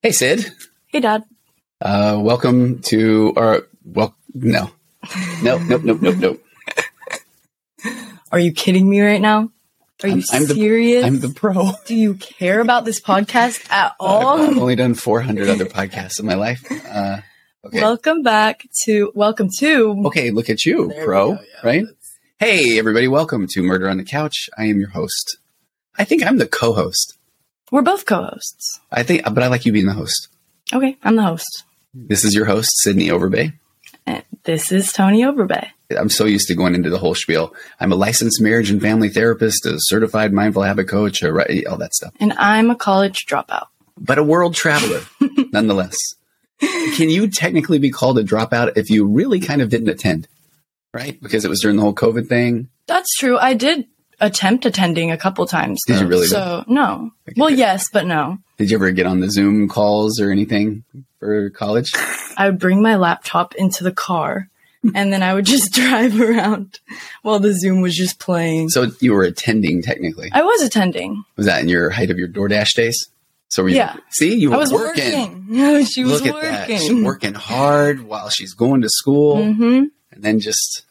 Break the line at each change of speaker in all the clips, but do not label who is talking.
Hey, Sid.
Hey, Dad.
Uh, welcome to our. Well, no. Nope, nope, nope, nope, nope.
Are you kidding me right now? Are you
I'm
serious?
The, I'm the pro.
Do you care about this podcast at
I've
all?
only done 400 other podcasts in my life. Uh, okay.
Welcome back to Welcome to.
okay, look at you,
There we
pro,
go, yeah.
right? Hey, everybody, welcome to Murder on the Couch. I am your host. I think I'm the co host.
We're both co-hosts.
I think, but I like you being the host.
Okay, I'm the host.
This is your host, Sydney Overbay.
And this is Tony Overbay.
I'm so used to going into the whole spiel. I'm a licensed marriage and family therapist, a certified mindful habit coach, a, ri- all that stuff.
And I'm a college dropout.
but a world traveler nonetheless. Can you technically be called a dropout if you really kind of didn't attend? Right? Because it was during the whole COVID thing.
That's true. I did attempt attending a couple times.
Did you
though.
really?
So, no.
Okay.
Well, yes, but no.
Did you ever get on the Zoom calls or anything for college?
I would bring my laptop into the car and then I would just drive around while the Zoom was just playing.
So you were attending technically.
I was attending.
Was that in your height of your DoorDash days? So were you,
Yeah.
see, you were
I was
working.
working. No, she was
Look at that. She's
working.
working hard while she's going to school.
hmm
And then just,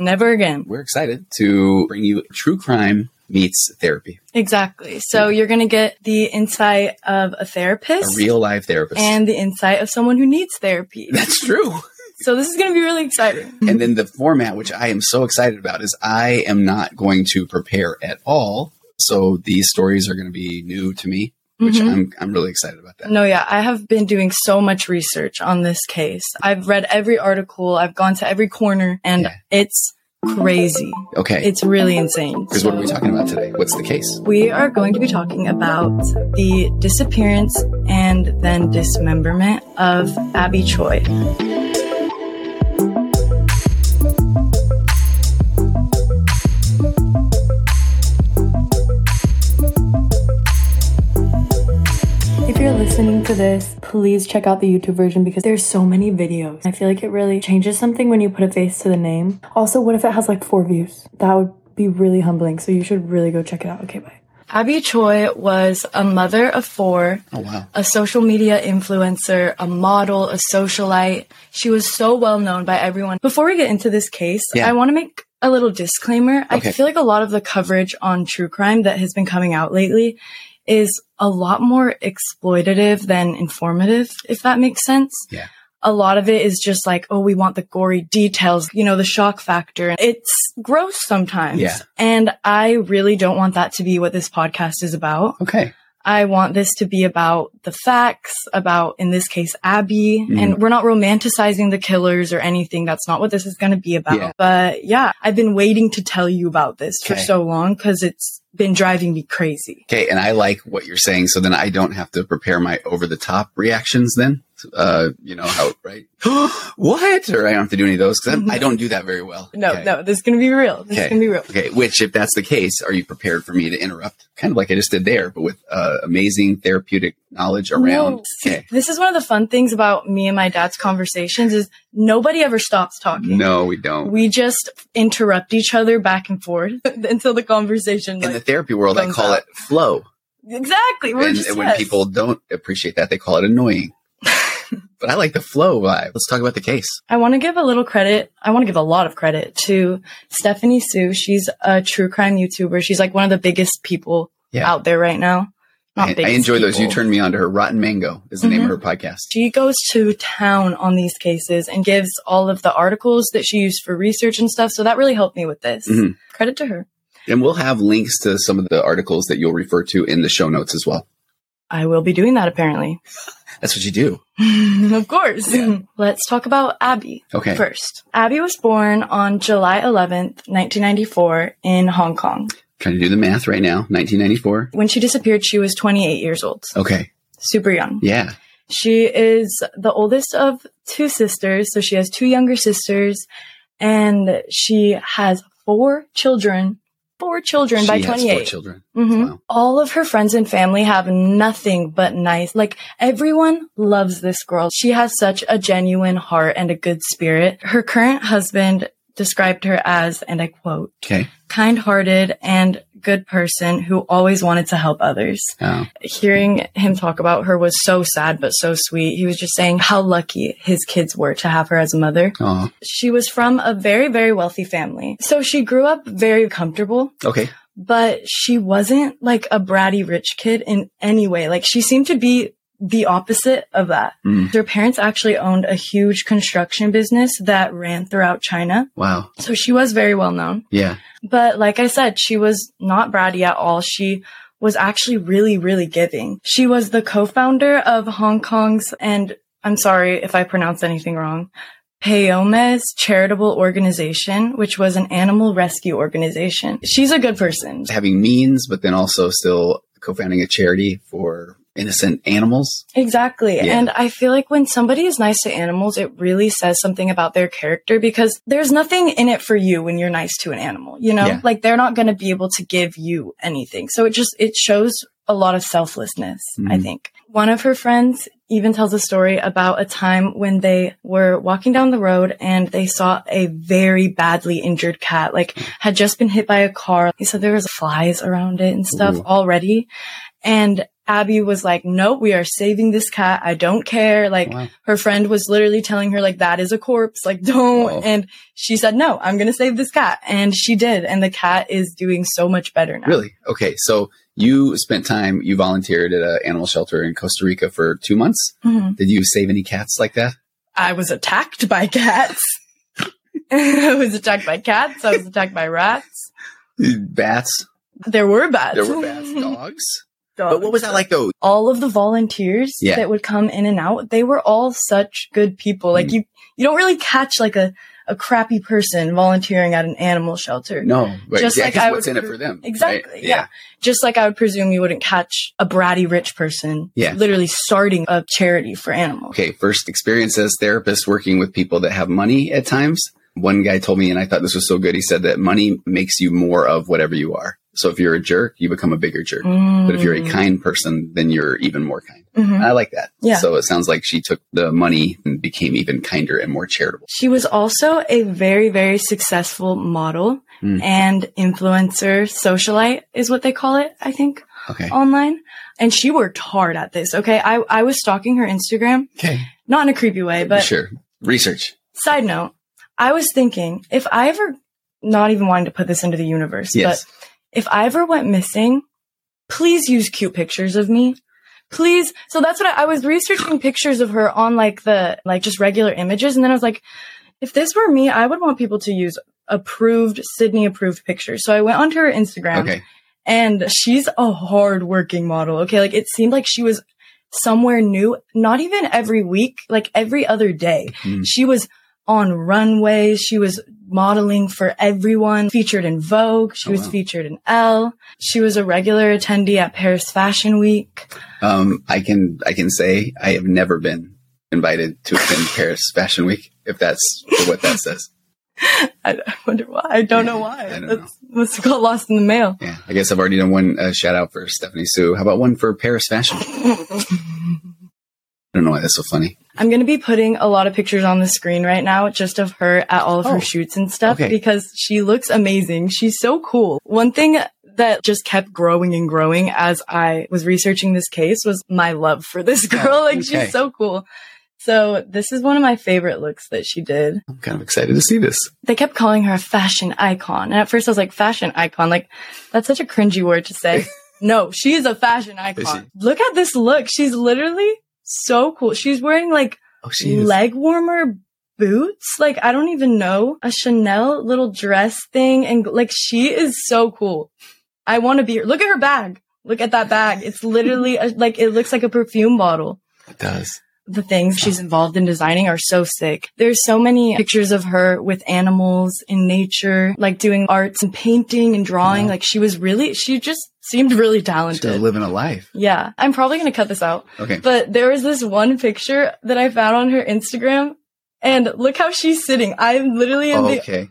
Never again.
we're excited to bring you true crime meets therapy,
Exactly. So you're going to get the insight of a
a
therapist
real live therapist.
and the insight of someone who needs therapy.
That's true.
so this is going to be really exciting.
and then the format, which I am so excited about, is I am not going to prepare at all. So these stories are going to be new to me, which
Mhm.
I'm I'm really excited about that.
No, yeah, I have been doing so much research on this case. I've read every article, I've gone to every corner, and
Yeah.
it's crazy.
Okay,
Mm-hmm. It's really insane.
because what are we
So-
talking about today? What's the case?
We are going to be talking about the disappearance and then dismemberment of Abby Choi. If you're listening to this, please check out the YouTube version because there's so many videos. I feel like it really changes something when you put a face to the name. Also, what if it has like four views? That would be really humbling. So you should really go check it out. Okay, bye. Abby Choi was a mother of four,
Oh wow,
a social media influencer, a model, a socialite. She was so well known by everyone. Before we get into this case,
Yeah.
I want to make a little disclaimer.
Okay.
I feel like a lot of the coverage on true crime that has been coming out lately is a lot more exploitative than informative, if that makes sense.
Yeah.
A lot of it is just like, oh, we want the gory details, you know, the shock factor. It's gross sometimes.
Yeah.
And I really don't want that to be what this podcast is about.
okay,
I want this to be about the facts, about, in this case, Abby.
Mhm.
And we're not romanticizing the killers or anything. That's not what this is going to be about.
Yeah.
But yeah, I've been waiting to tell you about this for
Okay.
so long because it's been driving me crazy.
okay. And I like what you're saying, so then I don't have to prepare my over the top reactions. Then, uh, you know how right? what? Or I don't have to do any of those because I don't do that very well.
No,
Okay.
no, this is going to be real. This
Okay.
is going to be real.
Okay, which, if that's the case, are you prepared for me to interrupt? Kind of like I just did there, but with uh, amazing therapeutic knowledge around.
No. See,
Okay.
This is one of the fun things about me and my dad's conversations is nobody ever stops talking.
No, we don't.
We just interrupt each other back and forth until the conversation.
In the
Like,
therapy world, I
thumbs
call
up.
it flow.
exactly. We're
and
just
when
yes.
people don't appreciate that, they call it annoying. but I like the flow vibe. Let's talk about the case.
I want to give a little credit. I want to give a lot of credit to Stephanie Sue. She's a true crime YouTuber. She's like one of the biggest people
Yeah.
out there right now.
I,
Not
I
biggest
enjoy those. You
Oh, people. Mm-hmm.
turned me on to her. Rotten Mango is the name of her podcast.
She goes to town on these cases and gives all of the articles that she used for research and stuff. So that really helped me with this.
Mhm.
Credit to her.
And we'll have links to some of the articles that you'll refer to in the show notes as well.
I will be doing that apparently.
That's what you do.
of course.
Yeah.
Let's talk about Abby.
Okay.
First, Abby was born on July 11th, 1994, in Hong Kong.
Trying to do the math right now. 1994.
When she disappeared, she was 28 years old,
Okay.
super young.
Yeah.
She is the oldest of two sisters, so she has two younger sisters, and she has four children. Four children by
she has
28.
four children.
Mhm.
Wow.
All of her friends and family have nothing but nice. Like everyone loves this girl. She has such a genuine heart and a good spirit. Her current husband described her as, and I quote,
Okay.
kind hearted and good person who always wanted to help others.
Oh,
Hearing him talk about her was so sad, but so sweet. He was just saying how lucky his kids were to have her as a mother.
oh,
She was from a very, very wealthy family. So she grew up very comfortable,
okay.
but she wasn't like a bratty rich kid in any way. Like she seemed to be the opposite of that.
Mm.
Her parents actually owned a huge construction business that ran throughout China.
Wow.
So she was very well known.
Yeah.
But like I said, she was not bratty at all. She was actually really, really giving. She was the co-founder of Hong Kong's, and I'm sorry if I pronounce anything wrong, Payomes Charitable Organization, which was an animal rescue organization. She's a good person.
Having means, but then also still co-founding a charity for innocent animals.
Exactly.
Yeah.
And I feel like when somebody is nice to animals, it really says something about their character because there's nothing in it for you when you're nice to an animal, you know?
Yeah.
Like they're not going to be able to give you anything. So it just, it shows a lot of selflessness, I
Mhm.
think. One of her friends even tells a story about a time when they were walking down the road and they saw a very badly injured cat, like had just been hit by a car. He said there was flies around it and stuff
Ooh.
already. And Abby was like, nope, we are saving this cat. I don't care. Like
Wow.
her friend was literally telling her like, that is a corpse. Like don't.
Wow.
And she said, no, I'm going to save this cat. And she did. And the cat is doing so much better now.
Really? Okay. So you spent time, you volunteered at an animal shelter in Costa Rica for two months.
Mhm.
Did you save any cats like that?
I was attacked by cats. I was attacked by cats. I was attacked by rats.
Bats.
There were bats.
There were bats. Dogs.
Dogs.
But what was that like though?
all of the volunteers
Yeah.
that would come in and out, they were all such good people. Like
Mm.
you, you don't really catch like a, a crappy person volunteering at an animal shelter.
No, right.
Just
yeah,
like
'cause
I
what's
would
in it
pre-
for them? right?
Exactly. Yeah. Just like I would presume you wouldn't catch a bratty rich person
Yeah.
literally starting a charity for animals.
Okay. First experience as therapist working with people that have money at times. One guy told me, and I thought this was so good. He said that money makes you more of whatever you are. So if you're a jerk, you become a bigger jerk. But if you're
Mm.
a kind person, then you're even more kind.
Mhm.
And I like that.
Yeah.
So it sounds like she took the money and became even kinder and more charitable.
She was also a very, very successful model
Mm.
and influencer socialite is what they call it, I think,
Okay.
online. And she worked hard at this. Okay. I, I was stalking her Instagram,
Okay.
not in a creepy way, but
sure. Research.
side note, I was thinking if I ever, not even wanting to put this into the universe,
Yes.
but if I ever went missing, please use cute pictures of me. Please. So that's what I, I was researching pictures of her on like the, like just regular images. And then I was like, if this were me, I would want people to use approved, Sydney approved pictures. So I went onto her Instagram
Okay.
and she's a hard working model. Okay. Like it seemed like she was somewhere new, not even every week, like every other day.
Hmm.
She was on runways. She was modeling for everyone, featured in Vogue. She
Oh,
was
wow.
featured in Elle. She was a regular attendee at Paris Fashion Week.
Um, I can I can say I have never been invited to attend Paris Fashion Week. If that's what that says.
I, I wonder why. I don't know why.
I don't know.
That's, must have got lost in the mail.
Yeah. I guess I've already done one uh, shout out for Stephanie Sue. How about one for Paris Fashion? Week? I don't know why that's so funny.
I'm going to be putting a lot of pictures on the screen right now just of her at all of
Oh.
her shoots and stuff
Okay.
because she looks amazing. She's so cool. One thing that just kept growing and growing as I was researching this case was my love for this girl.
Oh,
like
okay.
she's so cool. So this is one of my favorite looks that she did.
I'm kind of excited to see this.
They kept calling her a fashion icon. And at first I was like, fashion icon. Like that's such a cringy word to say. no, she is a fashion icon. Look at this look. She's literally so cool. She's wearing like
Oh, she is.
leg warmer boots. Like I don't even know a Chanel little dress thing, and like she is so cool. I want to be her. Look at her bag. Look at that bag. It's literally a, like it looks like a perfume bottle.
It does.
The things she's involved in designing are so sick. There's so many pictures of her with animals in nature, like doing arts and painting and drawing.
Wow.
Like she was really, she just seemed really
She's
talented.
living a life.
yeah. I'm probably going to cut this out.
Okay.
But there was this one picture that I found on her Instagram, and look how she's sitting. I'm literally am the
okay.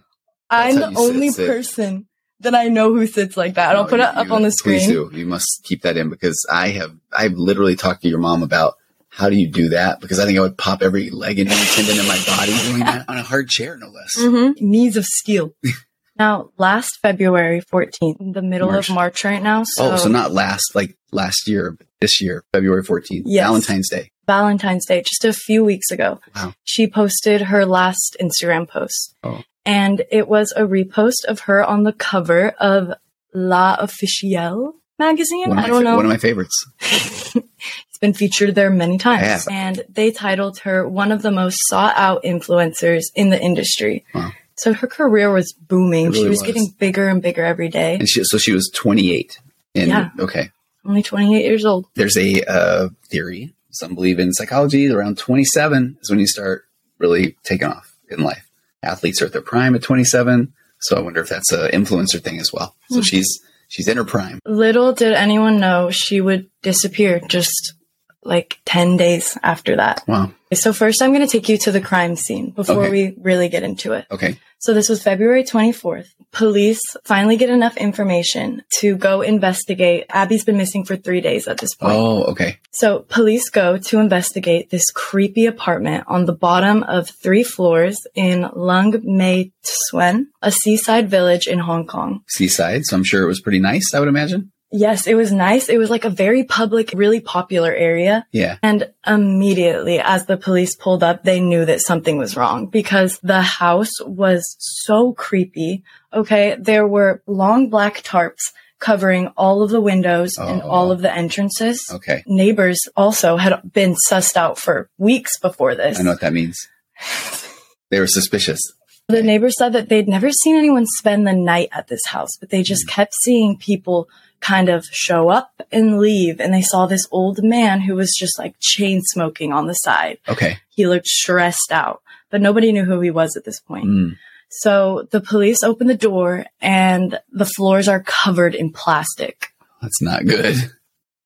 I'm
Oh, how
the
you sit,
only
sit.
person that I know who sits like that. And I'll
No,
put
you-
it up
you-
on the
Please
screen.
do. You must keep that in because I have I've literally talked to your mom about how do you do that? Because I think I would pop every leg and every tendon in my body doing that on a hard chair, no less.
Mm-hmm. Knees of steel. now, last February 14th, the middle
March.
of March right now. So,
Oh, so not last, like last year, but this year, February 14th,
Yes.
Valentine's Day.
Valentine's Day, just a few weeks ago,
Wow.
she posted her last Instagram post.
Oh.
And it was a repost of her on the cover of La Officielle magazine.
One of,
I
my,
don't
fa-
know.
one of my favorites.
it's been featured there many times.
Yeah.
And they titled her one of the most sought out influencers in the industry.
Wow.
So her career was booming.
It
she
really
was,
was.
getting bigger and bigger every day.
And she, so she was 28. And
Yeah.
okay,
Only 28 years old.
there's a uh, theory. Some believe in psychology. Around 27 is when you start really taking off in life. Athletes are at their prime at 27. So I wonder if that's a influencer thing as well. So she's she's in her prime.
Little did anyone know she would disappear just like 10 days after that.
Wow.
So first I'm going to take you to the crime scene before
Okay.
we really get into it.
Okay.
So this was February 24th. Police finally get enough information to go investigate. Abby's been missing for three days at this point.
Oh, okay.
So police go to investigate this creepy apartment on the bottom of three floors in Lung Mae Tsuen, a seaside village in Hong Kong.
Seaside. So I'm sure it was pretty nice. I would imagine.
Yes, it was nice. It was like a very public, really popular area.
Yeah.
And immediately as the police pulled up, they knew that something was wrong because the house was so creepy. Okay. There were long black tarps covering all of the windows and
Oh.
all of the entrances.
Okay.
Neighbors also had been sussed out for weeks before this.
I know what that means. They were suspicious.
The neighbors said that they'd never seen anyone spend the night at this house, but they
Mm.
just kept seeing people kind of show up and leave. And they saw this old man who was just like chain smoking on the side.
Okay.
He looked stressed out, but nobody knew who he was at this point.
Mm.
So the police open the door and the floors are covered in plastic.
That's not good.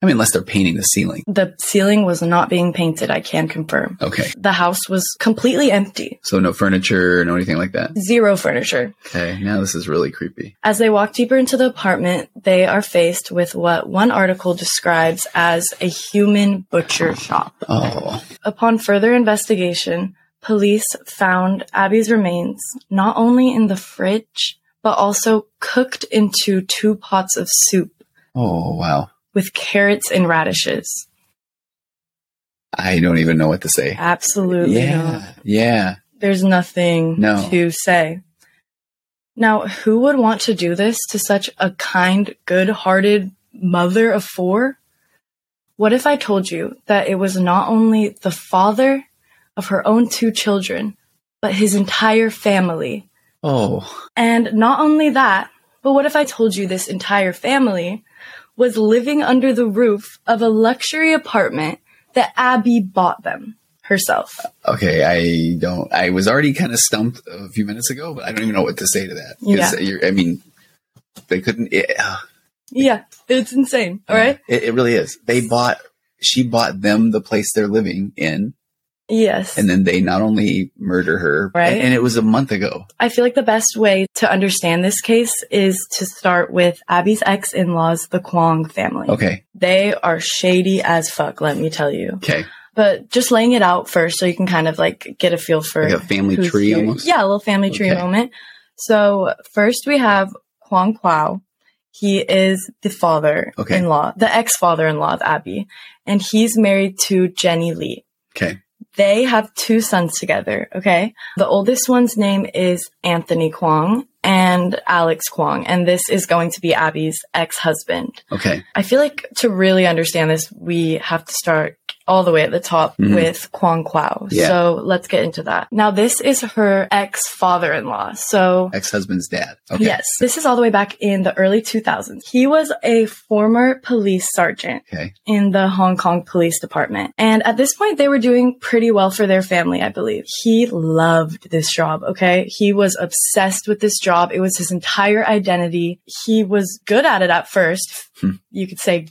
I mean, unless they're painting the ceiling.
The ceiling was not being painted, I can confirm.
Okay.
The house was completely empty.
So no furniture, no anything like that.
Zero furniture.
Okay. Now this is really creepy.
As they walk deeper into the apartment, they are faced with what one article describes as a human butcher shop.
Oh,
Upon further investigation, police found Abby's remains not only in the fridge, but also cooked into two pots of soup
oh, wow.
with carrots and radishes.
I don't even know what to say.
Absolutely. not.
Yeah. Yeah.
There's nothing
No.
to say. Now, who would want to do this to such a kind, good hearted mother of four? What if I told you that it was not only the father of her own two children, but his entire family?
Oh,
And not only that, but what if I told you this entire family was living under the roof of a luxury apartment that Abby bought them herself?
okay. I don't, I was already kind of stumped a few minutes ago, but I don't even know what to say to that. 'Cause
Yeah.
You're, I mean, they couldn't, it, uh,
Yeah, it's insane. All right.
It, it really is. They bought, she bought them the place they're living in.
Yes.
And then they not only murder her,
Right.
and, and it was a month ago.
I feel like the best way to understand this case is to start with Abby's ex in laws, the Kwong family.
Okay.
They are shady as fuck, let me tell you.
Okay.
But just laying it out first so you can kind of like get a feel for
Like a family
who's
tree
here.
almost.
Yeah, a little family tree
Okay.
moment. So first we have Kwong Plow. He is the father
Okay.
in law, the ex father in law of Abby. And he's married to Jenny Lee.
Okay.
They have two sons together, okay? The oldest one's name is Anthony Kwong and Alex Kwong, and this is going to be Abby's ex husband.
Okay.
I feel like to really understand this, we have to start all the way at the top
Mhm.
with Kwong Kwao.
Yeah.
So let's get into that. Now, this is her ex father in law. So.
Ex husband's dad. Okay.
Yes, this is all the way back in the early 2000s. He was a former police sergeant
Okay.
in the Hong Kong Police Department. And at this point, they were doing pretty well for their family, I believe. He loved this job, okay? He was obsessed with this job. It was his entire identity. He was good at it at first.
Hmm.
You could say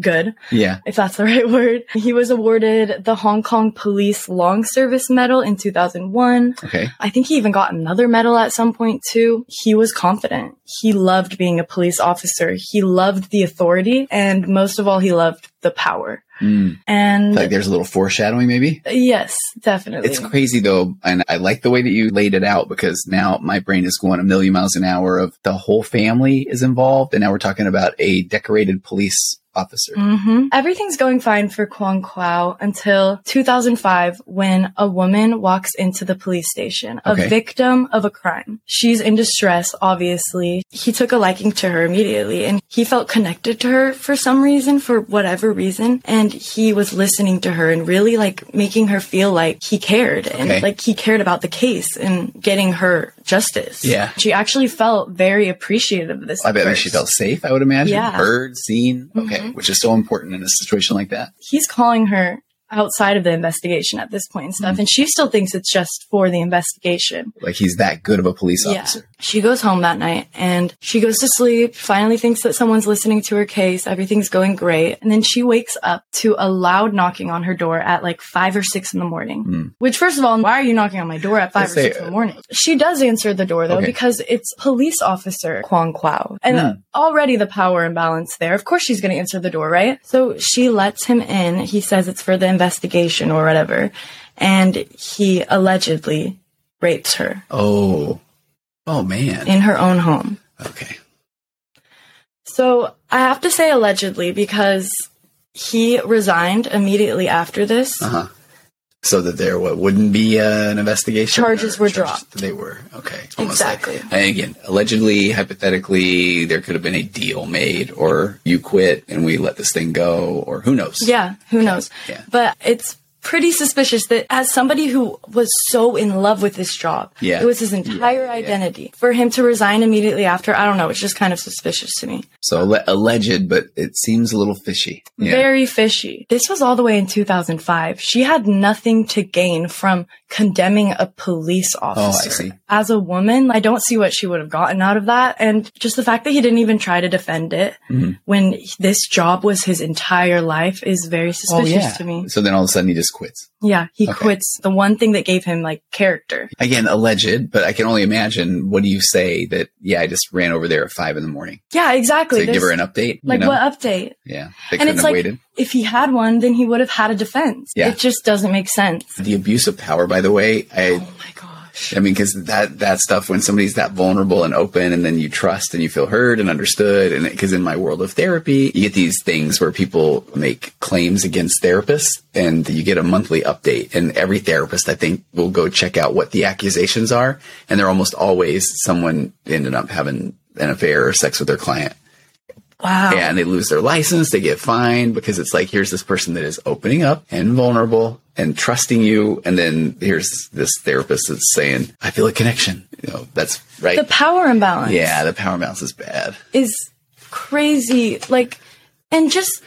good,
Yeah.
if that's the right word. He was awarded the Hong Kong Police Long Service Medal in 2001.
Okay.
I think he even got another medal at some point too. He was confident. He loved being a police officer. He loved the authority and most of all, he loved the power.
Mm.
And
Like there's a little foreshadowing, maybe.
yes, definitely.
It's crazy though, and I like the way that you laid it out because now my brain is going a million miles an hour of the whole family is involved, and now we're talking about a decorated police officer.
hmm Everything's going fine for Kwong Kwao until 2005 when a woman walks into the police station, a
Okay.
victim of a crime. She's in distress, obviously. He took a liking to her immediately and he felt connected to her for some reason, for whatever reason. And he was listening to her and really like making her feel like he cared
Okay.
and like he cared about the case and getting her justice.
Yeah.
She actually felt very appreciative of this.
I
at
bet
first.
she felt safe. I would imagine
Yeah.
heard, seen. Okay,
Mhm.
which is so important in a situation like that.
he's calling her outside of the investigation at this point and stuff, and she still thinks it's just for the investigation.
Like he's that good of a police
Yeah.
officer.
She goes home that night and she goes to sleep, finally thinks that someone's listening to her case, everything's going great, and then she wakes up to a loud knocking on her door at like five or six in the morning.
Hmm.
Which first of all, why are you knocking on my door at five
Let's
or
say, uh,
six in the morning? She does answer the door though
Okay.
because it's police officer Kwong Kwao. And
Hmm.
already the power imbalance there. Of course she's gonna answer the door, right? So she lets him in. He says it's for the investigation or whatever. And he allegedly rapes her
Oh, oh man.
in her own home.
Okay.
So I have to say allegedly because he resigned immediately after this.
Uh huh. So that there what wouldn't be uh, an investigation.
Charges
Or
were dropped.
They were okay.
Exactly.
like- and again, allegedly, hypothetically, there could have been a deal made, or you quit and we let this thing go, or who knows?
Yeah, who knows?
Yeah.
But it's pretty suspicious that as somebody who was so in love with this job,
Yeah.
it was his entire identity. For him to resign immediately after, I don't know, it's just kind of suspicious to me.
So alle- alleged, but it seems a little fishy. Yeah.
Very fishy. This was all the way in 2005. She had nothing to gain from condemning a police officer.
Oh, see.
As a woman, I don't see what she would have gotten out of that. And just the fact that he didn't even try to defend it
Mhm.
when this job was his entire life is very suspicious to me.
Oh, So then all of a sudden he just quits.
Yeah, he
Okay.
quits the one thing that gave him like character.
Again, alleged, but I can only imagine. What do you say that? Yeah, I just ran over there at five in the morning.
Yeah,
So
exactly.
you give her
There's-
an update.
like
you know?
what update?
Yeah, they
and
couldn't
it's
have
like
waited.
if he had one, then he would have had a defense.
Yeah.
It just doesn't make sense.
The abuse of power, by the way, I
Oh my gosh.
I mean, because that that stuff when somebody's that vulnerable and open, and then you trust and you feel heard and understood, and because in my world of therapy, you get these things where people make claims against therapists, and you get a monthly update, and every therapist I think will go check out what the accusations are, and they're almost always someone ended up having an affair or sex with their client
Wow.
and they lose their license, they get fined because it's like here's this person that is opening up and vulnerable and trusting you, and then here's this therapist that's saying, "I feel a connection." You know, that's right.
the power imbalance
yeah, the power mouse is bad.
is crazy. Like, and just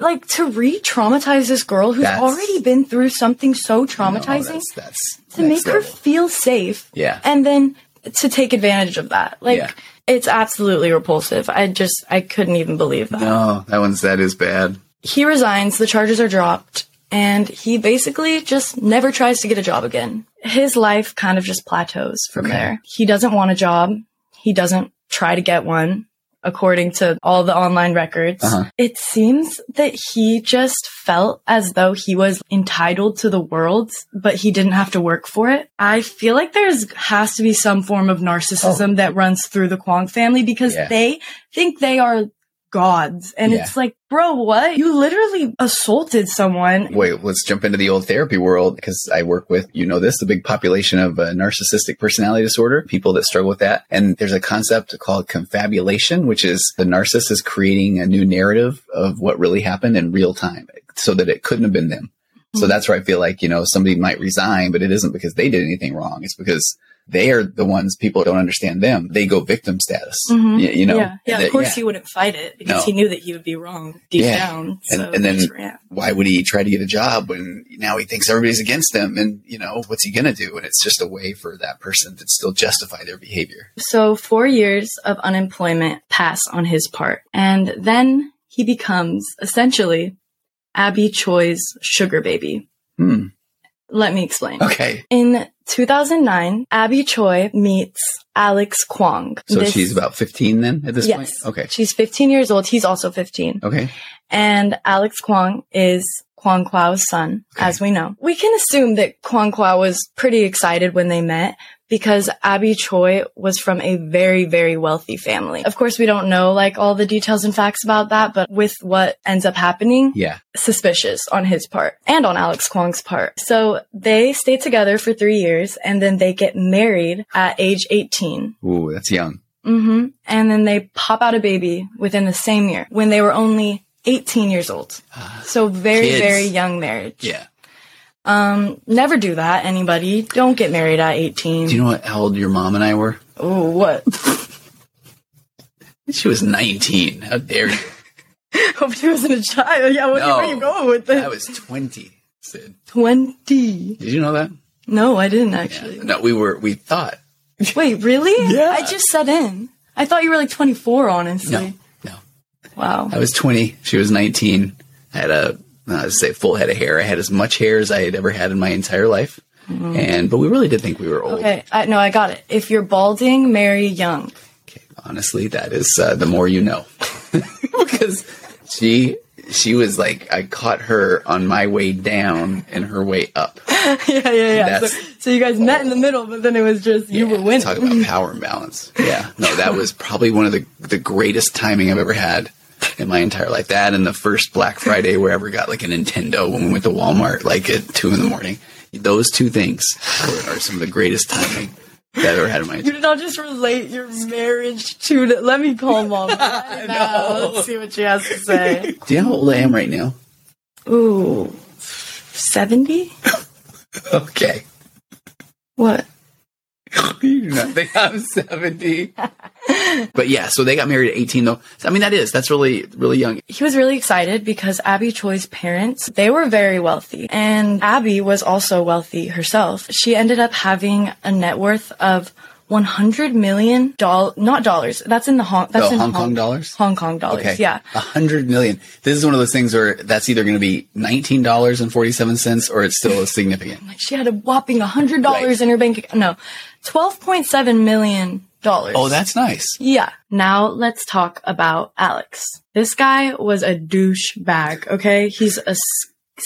like to re traumatize this girl who's
That's-
already been through something so traumatizing
No, Oh, that's, that's
to
next
make her
level.
feel safe.
Yeah.
And then to take advantage of that. Like,
Yeah.
it's absolutely repulsive. I just, I couldn't even believe that.
No, that one's that is bad.
He resigns, the charges are dropped, and he basically just never tries to get a job again. His life kind of just plateaus from
Okay.
there. He doesn't want a job, he doesn't try to get one. According to all the online records,
Uh-huh.
it seems that he just felt as though he was entitled to the world, but he didn't have to work for it. I feel like there's has to be some form of narcissism that runs through the Kwong family because
Oh. Yeah.
they think they are gods. And
Yeah.
it's like, bro, what? You literally assaulted someone.
Wait, let's jump into the old therapy world because I work with, you know, this, the big population of uh, narcissistic personality disorder, people that struggle with that. And there's a concept called confabulation, which is the narcissist is creating a new narrative of what really happened in real time so that it couldn't have been them. So that's where I feel like, you know, somebody might resign, but it isn't because they did anything wrong. It's because they are the ones people don't understand them. They go victim status,
Mhm.
you, you know?
yeah, yeah.
That-
Of course, he wouldn't fight it because
No.
he knew that he would be wrong deep
Yeah.
down.
And-
So
and
he
then-
just ran.
why would he try to get a job when now he thinks everybody's against him and you know what's he going to do and it's just a way for that person to still justify their behavior
so four years of unemployment pass on his part, and then he becomes essentially Abby Choi's sugar baby.
Hmm.
Let me explain.
Okay.
In 2009, Abby Choi meets Alex Kwong.
So
This-
she's about 15 then at this
yes.
point? Okay.
She's 15 years old. He's also 15.
Okay.
And Alex Kwong is Kwong Kwao's son,
Okay.
as we know. We can assume that Kwong Kwao was pretty excited when they met because Abby Choi was from a very, very wealthy family. Of course, we don't know like all the details and facts about that, but with what ends up happening,
Yeah.
suspicious on his part and on Alex Kwong's part. So they stay together for three years and then they get married at age 18.
Ooh, that's young.
hmm And then they pop out a baby within the same year when they were only 18 years old. So
Ah,
very,
Kids.
very young marriage.
Yeah.
Um, never do that, anybody. Don't get married at 18.
Do you know what, how old your mom and I were?
oh, what?
She was 19. How dare you?
Hope she wasn't a child. Yeah, what, where are you
No.
going with this?
I was 20, Sid.
20.
Did you know that?
No, I didn't actually.
No, we were, we thought.
Wait, really?
Yeah.
I just set in. I thought you were like 24,
No,
honestly.
no.
Wow.
I was 20. She was 19. I had a, I would say full head of hair. I had as much hair as I had ever had in my entire life. And, but we really did think we were old.
Okay, I, no, I got it. If you're balding, marry young.
Okay, honestly, that is uh, the more you know, because she she was like I caught her on my way down and her way up.
yeah, yeah, yeah. So,
That's-
so you guys met in the middle, but then it was just you were winning.
Talk about power imbalance. Yeah, no, that was probably one of the the greatest timing I've ever had in my entire life. That and the first Black Friday where I ever got like a Nintendo when we went to Walmart like at two in the morning. Those two things were, are some of the greatest timing that I've ever had in my.
You did not just relate your marriage to. The, let me call mom. I know. Let's see what she has to say.
Do you know how old I am right now?
Ooh, seventy?
Okay.
What?
you do not think I'm 70. but yeah, so they got married at 18 though. So, I mean, that is, that's really, really young.
He was really excited because Abby Choi's parents, they were very wealthy and Abby was also wealthy herself. She ended up having a net worth of 100 million doll not dollars. That's in the Hong that's
Oh,
in
Hong Kong dollars?
Hong Kong dollars. Yeah.
A hundred million. This is one of those things where that's either going to be $19.47 or it's still significant.
Like she had a whopping $100 in her bank account. No. 12.7 million dollars.
Oh, that's nice.
Yeah. Now let's talk about Alex. This guy was a douchebag, okay? He's a s-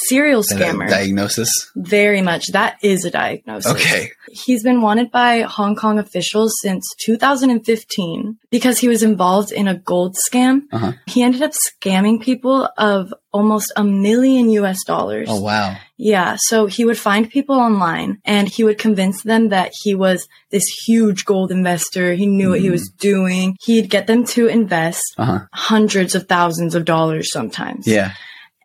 serial
And a
scammer.
diagnosis.
Very much. That is a diagnosis.
Okay.
He's been wanted by Hong Kong officials since 2015 because he was involved in a gold scam.
Uh-huh.
He ended up scamming people of almost a million US dollars.
Oh, wow.
Yeah. So he would find people online and he would convince them that he was this huge gold investor. He knew what he was
Mm-hmm.
doing. He'd get them to invest
Uh-huh.
hundreds of thousands of dollars sometimes.
Yeah.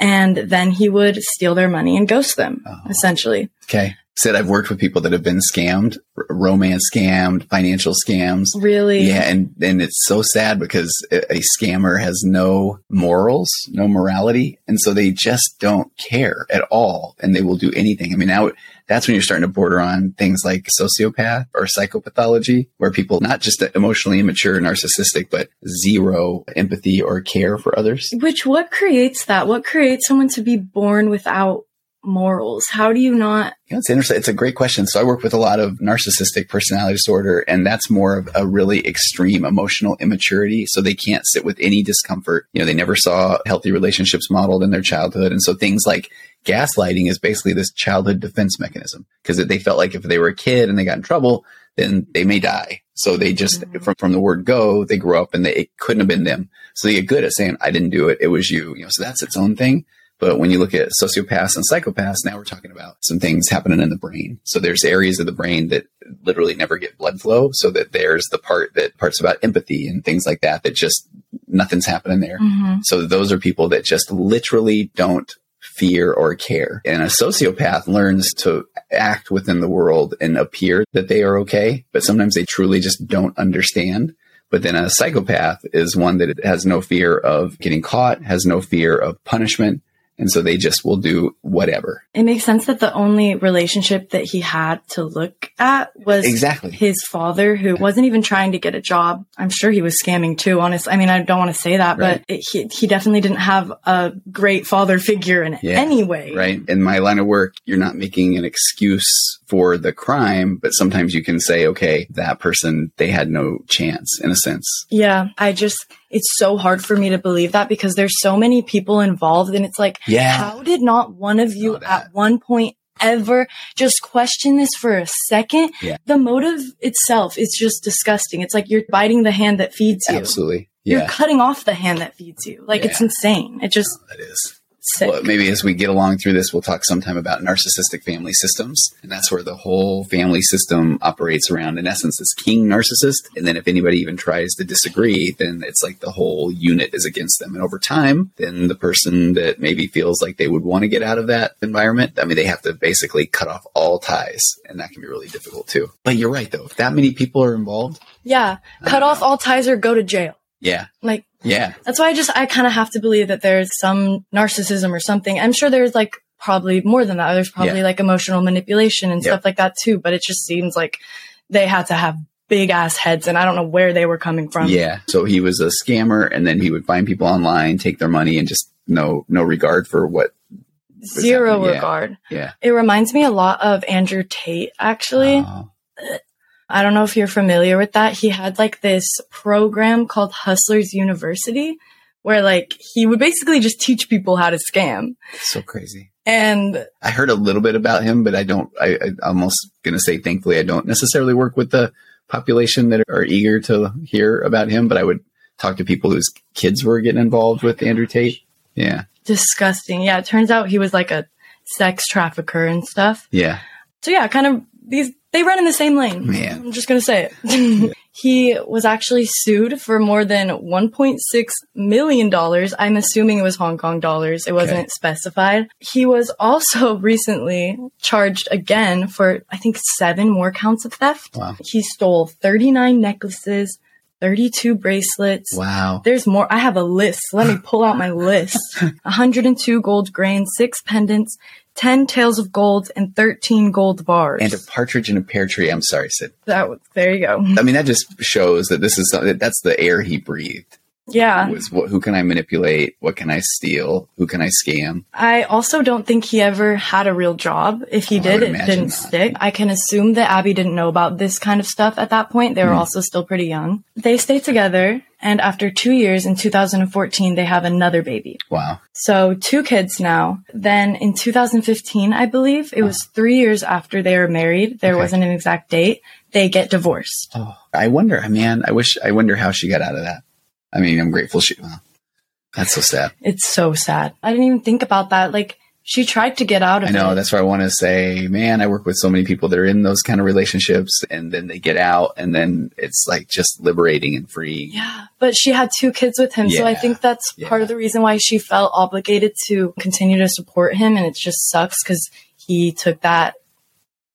And then he would steal their money and ghost them,
Uh-huh.
essentially.
Okay. Said I've worked with people that have been scammed, r- romance scammed, financial scams.
Really?
Yeah, and and it's so sad because a a scammer has no morals, no morality, and so they just don't care at all, and they will do anything. I mean, now that's when you're starting to border on things like sociopath or psychopathology, where people not just emotionally immature, and narcissistic, but zero empathy or care for others.
Which, what creates that? What creates someone to be born without morals? How do you not?
You know, it's interesting. It's a great question. So I work with a lot of narcissistic personality disorder, and that's more of a really extreme emotional immaturity. So they can't sit with any discomfort. You know, they never saw healthy relationships modeled in their childhood. And so things like gaslighting is basically this childhood defense mechanism because they felt like if they were a kid and they got in trouble, then they may die. So they just, from, from the word go, they grew up and they, it couldn't have been them. So they get good at saying, I didn't do it. It was you. You know, so that's its own thing. But when you look at sociopaths and psychopaths, now we're talking about some things happening in the brain. So there's areas of the brain that literally never get blood flow. So that there's the part that parts about empathy and things like that, that just nothing's happening there.
Mhm.
So those are people that just literally don't fear or care. And a sociopath learns to act within the world and appear that they are okay, but sometimes they truly just don't understand. But then a psychopath is one that has no fear of getting caught, has no fear of punishment, And so they just will do whatever.
It makes sense that the only relationship that he had to look at was
Exactly.
his father, who wasn't even trying to get a job. I'm sure he was scamming too, honestly. I mean, I don't want to say that,
Right.
but it, he, he definitely didn't have a great father figure in
Yeah.
any way.
Right. In my line of work, you're not making an excuse for the crime, but sometimes you can say, okay, that person, they had no chance in a sense.
Yeah, I just, it's so hard for me to believe that because there's so many people involved and it's like,
Yeah.
how did not one of you
Know that.
at one point ever just question this for a second?
Yeah.
The motive itself is just disgusting. It's like you're biting the hand that feeds you.
Absolutely.
You're
Yeah.
cutting off the hand that feeds you. Like it's
Yeah.
insane. It just
That is.
sick.
Well, maybe as we get along through this, we'll talk sometime about narcissistic family systems. And that's where the whole family system operates around, in essence, this king narcissist. And then if anybody even tries to disagree, then it's like the whole unit is against them. And over time, then the person that maybe feels like they would want to get out of that environment, I mean, they have to basically cut off all ties. And that can be really difficult too. But you're right, though. If that many people are involved,
yeah. Cut off all ties or go to jail.
yeah,
Like
yeah,
that's why I just I kind of have to believe that there's some narcissism or something. I'm sure there's like probably more than that. There's probably
Yeah.
like emotional manipulation and
Yep.
stuff like that too, but it just seems like they had to have big ass heads and I don't know where they were coming from.
Yeah. So he was a scammer and then he would find people online, take their money and just no no regard for what
Zero
Exactly, yeah.
regard.
yeah.
It reminds me a lot of Andrew Tate actually.
Uh,
I don't know if you're familiar with that. He had like this program called Hustlers University where like he would basically just teach people how to scam.
so crazy.
And
I heard a little bit about him, but I don't I, I almost gonna say thankfully I don't necessarily work with the population that are eager to hear about him, but I would talk to people whose kids were getting involved with Andrew Tate. Yeah.
disgusting. Yeah, it turns out he was like a sex trafficker and stuff.
Yeah.
So yeah, kind of these they run in the same lane.
Man.
I'm just going to say it. He was actually sued for more than 1.6 million dollars. I'm assuming it was Hong Kong dollars. It wasn't
Okay.
specified. He was also recently charged again for I think 7 more counts of theft.
Wow.
He stole 39 necklaces, 32 bracelets,
Wow.
there's more. I have a list. Let me pull out my list. 102 gold grains, six pendants, 10 tails of gold, and 13 gold bars.
And a partridge in a pear tree. I'm sorry, Sid.
that was, there you go.
I mean, that just shows that this is something that's the air he breathed.
Yeah.
was what, who can I manipulate? What can I steal? Who can I scam?
I also don't think he ever had a real job. If he
I
did,
would
it
imagine
didn't
not.
stick. I can assume that Abby didn't know about this kind of stuff at that point.
Hmm.
They were also still pretty young. They stay together. And after two years in 2014, they have another baby.
Wow.
So two kids now. Then in 2015, I believe it was three years after they were married. There
Okay.
wasn't an exact date. They get divorced.
Oh, I wonder, man. I wish, I wonder how she got out of that. I mean, I'm grateful she, wow. that's so sad.
It's so sad. I didn't even think about that. Like she tried to get out of
I know.
it.
That's why I want to say, man, I work with so many people that are in those kind of relationships and then they get out and then it's like just liberating and free.
yeah, but she had two kids with him, so I
Yeah.
think that's
Yeah.
part of the reason why she felt obligated to continue to support him, and it just sucks because he took that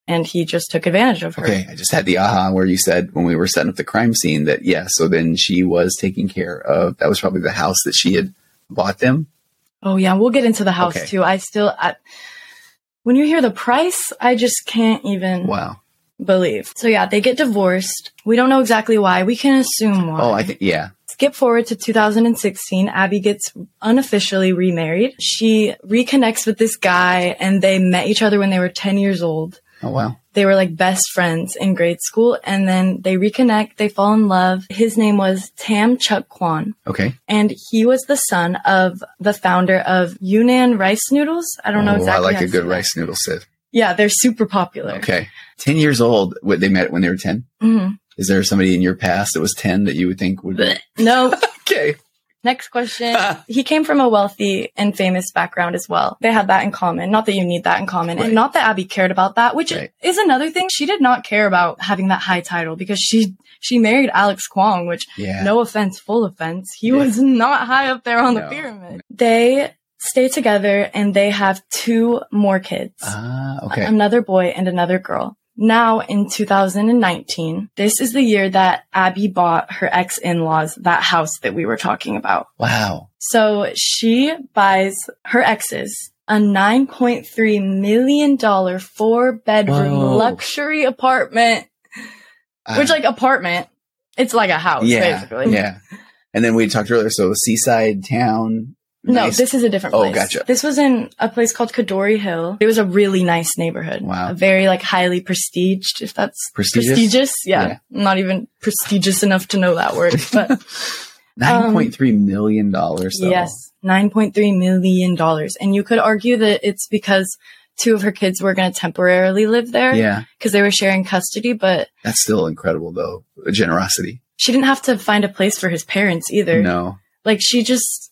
and he just took advantage of her.
Okay. I just had the aha where you said when we were setting up the crime scene that, yeah, so then she was taking care of, that was probably the house that she had bought them.
Oh yeah, we'll get into the house
Okay.
too. I still, I, when you hear the price, I just can't even
Wow.
believe. So yeah, they get divorced. We don't know exactly why. We can assume why.
Oh, I think, yeah.
Skip forward to 2016. Abby gets unofficially remarried. She reconnects with this guy, and they met each other when they were 10 years old.
Oh, wow.
They were like best friends in grade school, and then they reconnect. They fall in love. His name was Tam Chuk Kwan
Okay.
and he was the son of the founder of Yunnan rice noodles. I don't know
Oh,
exactly.
I like
how
a
to
good
say
rice noodle sieve.
that. Yeah, they're super popular.
Okay. 10 years old, what they met when they were 10.
Mhm.
Is there somebody in your past that was 10 that you would think would be?
Blech. No.
Okay.
Next question. he came from a wealthy and famous background as well. They had that in common. Not that you need that in common,
Right.
and not that Abby cared about that, which
Right.
is another thing. She did not care about having that high title because she she married Alex Kwong, which
Yeah.
No offense, full offense. He
Yeah.
was not high up there on the
No.
pyramid. They stay together and they have two more kids.
Ah, okay.
Um, another boy and another girl. Now in 2019, this is the year that Abby bought her ex-in-laws that house that we were talking about.
Wow.
So she buys her exes a $9.3 million four bedroom
Whoa.
luxury apartment, which
Uh,
like apartment, it's like a house
Ah, yeah,
basically.
yeah. And then we talked earlier. So seaside town.
No,
nice-
this is a different
Oh,
place.
gotcha.
This was in a place called Kadori Hill. It was a really nice neighborhood.
Wow.
A very like highly prestiged, if that's
Prestigious?
Yeah.
Yeah.
Not even prestigious enough to know that word, but
nine point three million dollars. though.
yes, $9.3 million. And you could argue that it's because two of her kids were going to temporarily live there
Yeah,
because they were sharing custody, but
that's still incredible though. Generosity.
she didn't have to find a place for his parents either.
No.
Like she just,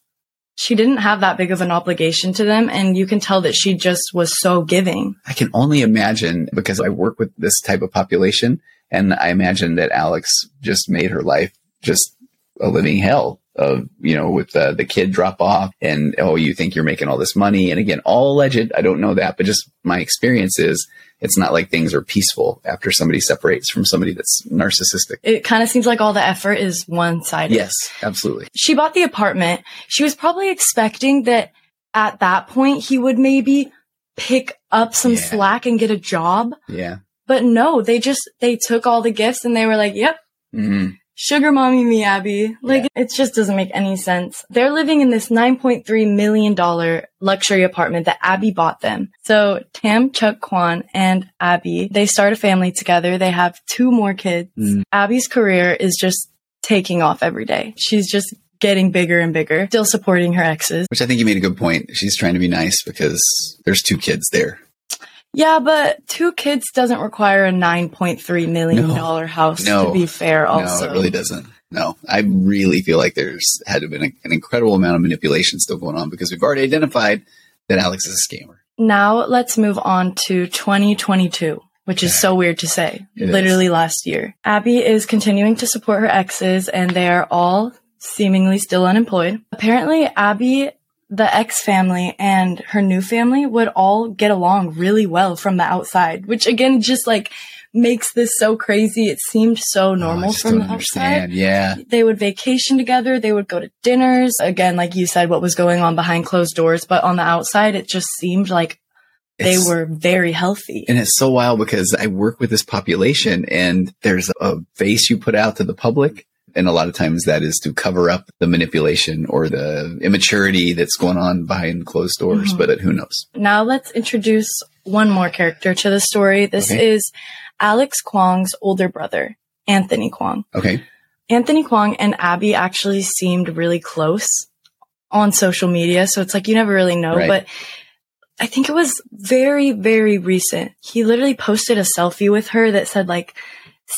she didn't have that big of an obligation to them. And you can tell that she just was so giving.
I can only imagine because I work with this type of population and I imagine that Alex just made her life just a living hell of, you know, with uh, the, the kid drop off and, oh, you think you're making all this money. And again, all alleged. I don't know that, but just my experience is it's not like things are peaceful after somebody separates from somebody that's narcissistic.
it kind of seems like all the effort is one sided.
Yes, absolutely.
She bought the apartment. She was probably expecting that at that point he would maybe pick up some
Yeah.
slack and get a job.
Yeah.
But no, they just, they took all the gifts and they were like, yep,
Mhm.
sugar mommy me, Abby. Like it just doesn't make any sense. They're living in this $9.3 million luxury apartment that Abby bought them. So Tam Chuck Kwan and Abby, they start a family together. They have two more kids.
Mm.
Abby's career is just taking off every day. She's just getting bigger and bigger, still supporting her exes.
Which I think you made a good point. She's trying to be nice because there's two kids there.
Yeah, but two kids doesn't require a $9.3 million dollar house
No.
to be fair also.
No, it really doesn't. No, I really feel like there's had to been a, an incredible amount of manipulation still going on because we've already identified that Alex is a scammer.
Now let's move on to 2022, which is
Okay.
so weird to say.
It is.
Literally last year. Abby is continuing to support her exes and they are all seemingly still unemployed. Apparently, Abby, the ex family and her new family would all get along really well from the outside, which again just like makes this so crazy. It seemed so normal
Oh, I just
from
don't
the outside
understand. Yeah,
they would vacation together. They would go to dinners. Again, like you said, what was going on behind closed doors, but on the outside, it just seemed like they
It's-
were very healthy.
And it's so wild because I work with this population and there's a face you put out to the public. And a lot of times that is to cover up the manipulation or the immaturity that's going on behind closed doors,
Mhm.
but who knows?
Now let's introduce one more character to the story. This
Okay.
is Alex Kwong's older brother, Anthony Kwong.
Okay.
Anthony Kwong and Abby actually seemed really close on social media. So it's like you never really know,
Right.
but I think it was very, very recent. He literally posted a selfie with her that said like,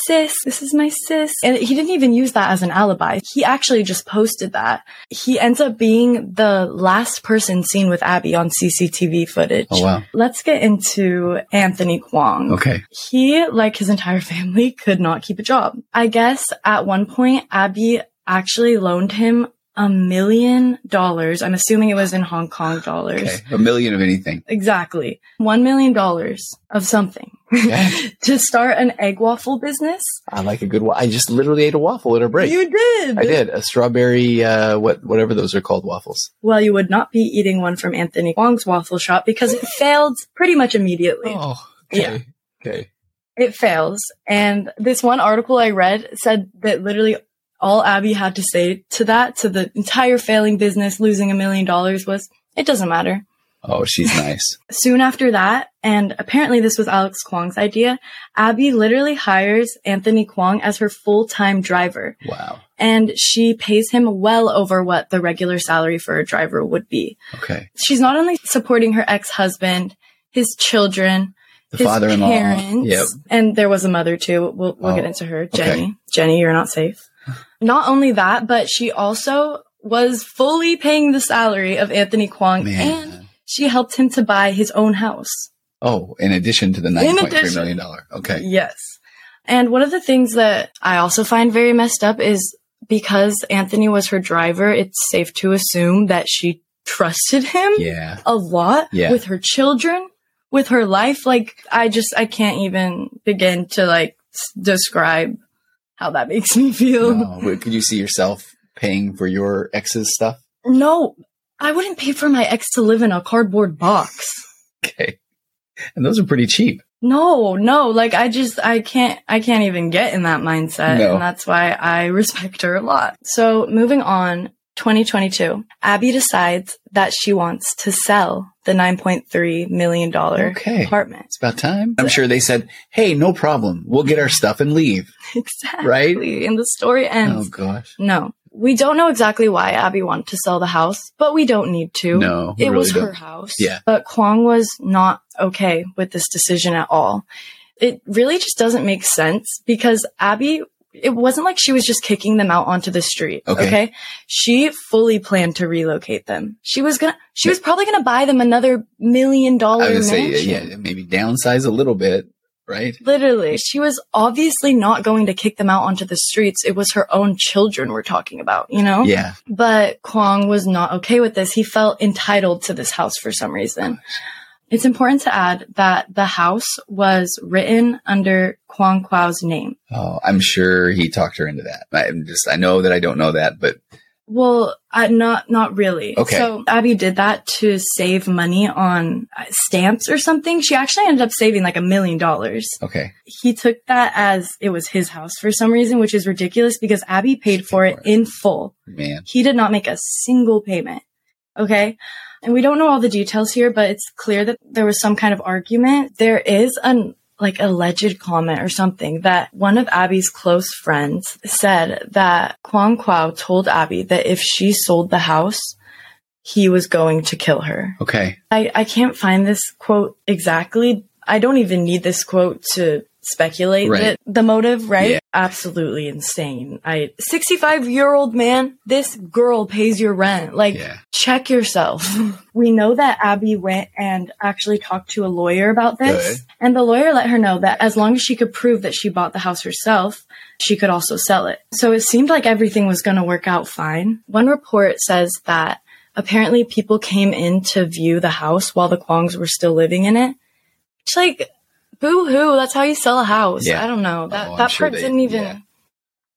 sis, this is my sis. And he didn't even use that as an alibi. He actually just posted that. He ends up being the last person seen with Abby on CCTV footage.
Oh, wow.
Let's get into Anthony Kwong
Okay.
he, like his entire family, could not keep a job. I guess at one point, Abby actually loaned him a million dollars. I'm assuming it was in Hong Kong dollars.
Okay. A million of anything.
Exactly. One million dollars of something
Okay.
to start an egg waffle business.
I like a good wa- I just literally ate a waffle at a break.
You did.
I did a strawberry, uh, what whatever those are called, waffles.
Well, you would not be eating one from Anthony Wong's waffle shop because it failed pretty much immediately.
Oh,
okay.
okay.
It fails. And this one article I read said that literally all Abby had to say to that, to the entire failing business, losing a million dollars was, it doesn't matter.
Oh, she's nice.
Soon after that, and apparently this was Alex Kwong's idea, Abby literally hires Anthony Kwong as her full-time driver.
wow.
And she pays him well over what the regular salary for a driver would be.
Okay.
She's not only supporting her ex-husband, his children,
The
his
father-in-law.
parents,
Yep.
and there was a mother too. We'll we'll get
Oh,
into her,
okay.
Jenny. Jenny, you're not safe. Not only that, but she also was fully paying the salary of Anthony Kwong, and
Man.
she helped him to buy his own house.
Oh, in addition to the nine
In
point three
addition.
million dollar. Okay.
Yes, and one of the things that I also find very messed up is because Anthony was her driver. It's safe to assume that she trusted him
Yeah.
a lot
Yeah.
with her children, with her life. Like I just, I can't even begin to like s- describe how that makes me feel.
No. Wait, Oh, Could you see yourself paying for your ex's stuff?
No, I wouldn't pay for my ex to live in a cardboard box.
Okay. And those are pretty cheap.
No, no, like I just, I can't, I can't even get in that mindset.
No.
And that's why I respect her a lot. So moving on, 2022, Abby decides that she wants to sell the $9.3 million
Okay.
apartment.
It's about time. I'm sure they said, hey, no problem. We'll get our stuff and leave.
Exactly.
Right?
And the story
Oh,
ends.
gosh.
No, we don't know exactly why Abby wanted to sell the house, but we don't need to.
No. we
it
really
was
don't.
her house.
Yeah.
But Kwong was not okay with this decision at all. It really just doesn't make sense because Abby, it wasn't like she was just kicking them out onto the street.
Okay.
Okay. She fully planned to relocate them. She was gonna, she was probably gonna buy them another million dollar
I would
mansion.
say, uh, yeah, yeah, maybe downsize a little bit, right?
Literally, she was obviously not going to kick them out onto the streets. It was her own children we're talking about, you know?
Yeah.
But Kwong was not okay with this. He felt entitled to this house for some reason. It's important to add that the house was written under Kwong Kwao's name.
Oh, I'm sure he talked her into that. I'm just, I know that I don't know that, but
Well, uh, not not really.
Okay.
So Abby did that to save money on uh, stamps or something. She actually ended up saving like a million dollars.
okay.
He took that as it was his house for some reason, which is ridiculous because Abby paid for it in full.
Man.
He did not make a single payment. Okay. And we don't know all the details here, but it's clear that there was some kind of argument. There is an like alleged comment or something that one of Abby's close friends said that Kwang Kwao told Abby that if she sold the house, he was going to kill her.
Okay.
I, I can't find this quote exactly. I don't even need this quote to speculate
Right.
that the motive, right?
Yeah.
Absolutely insane. I 65 year old man, this girl pays your rent. Like
Yeah.
check yourself. we know that Abby went and actually talked to a lawyer about this.
Good.
And the lawyer let her know that as long as she could prove that she bought the house herself, she could also sell it. So it seemed like everything was going to work out fine. One report says that apparently people came in to view the house while the Kwongs were still living in it. It's like, boo hoo, that's how you sell a house.
Yeah.
I don't know. That,
Oh, I'm
that
sure
part
they-
didn't even.
yeah.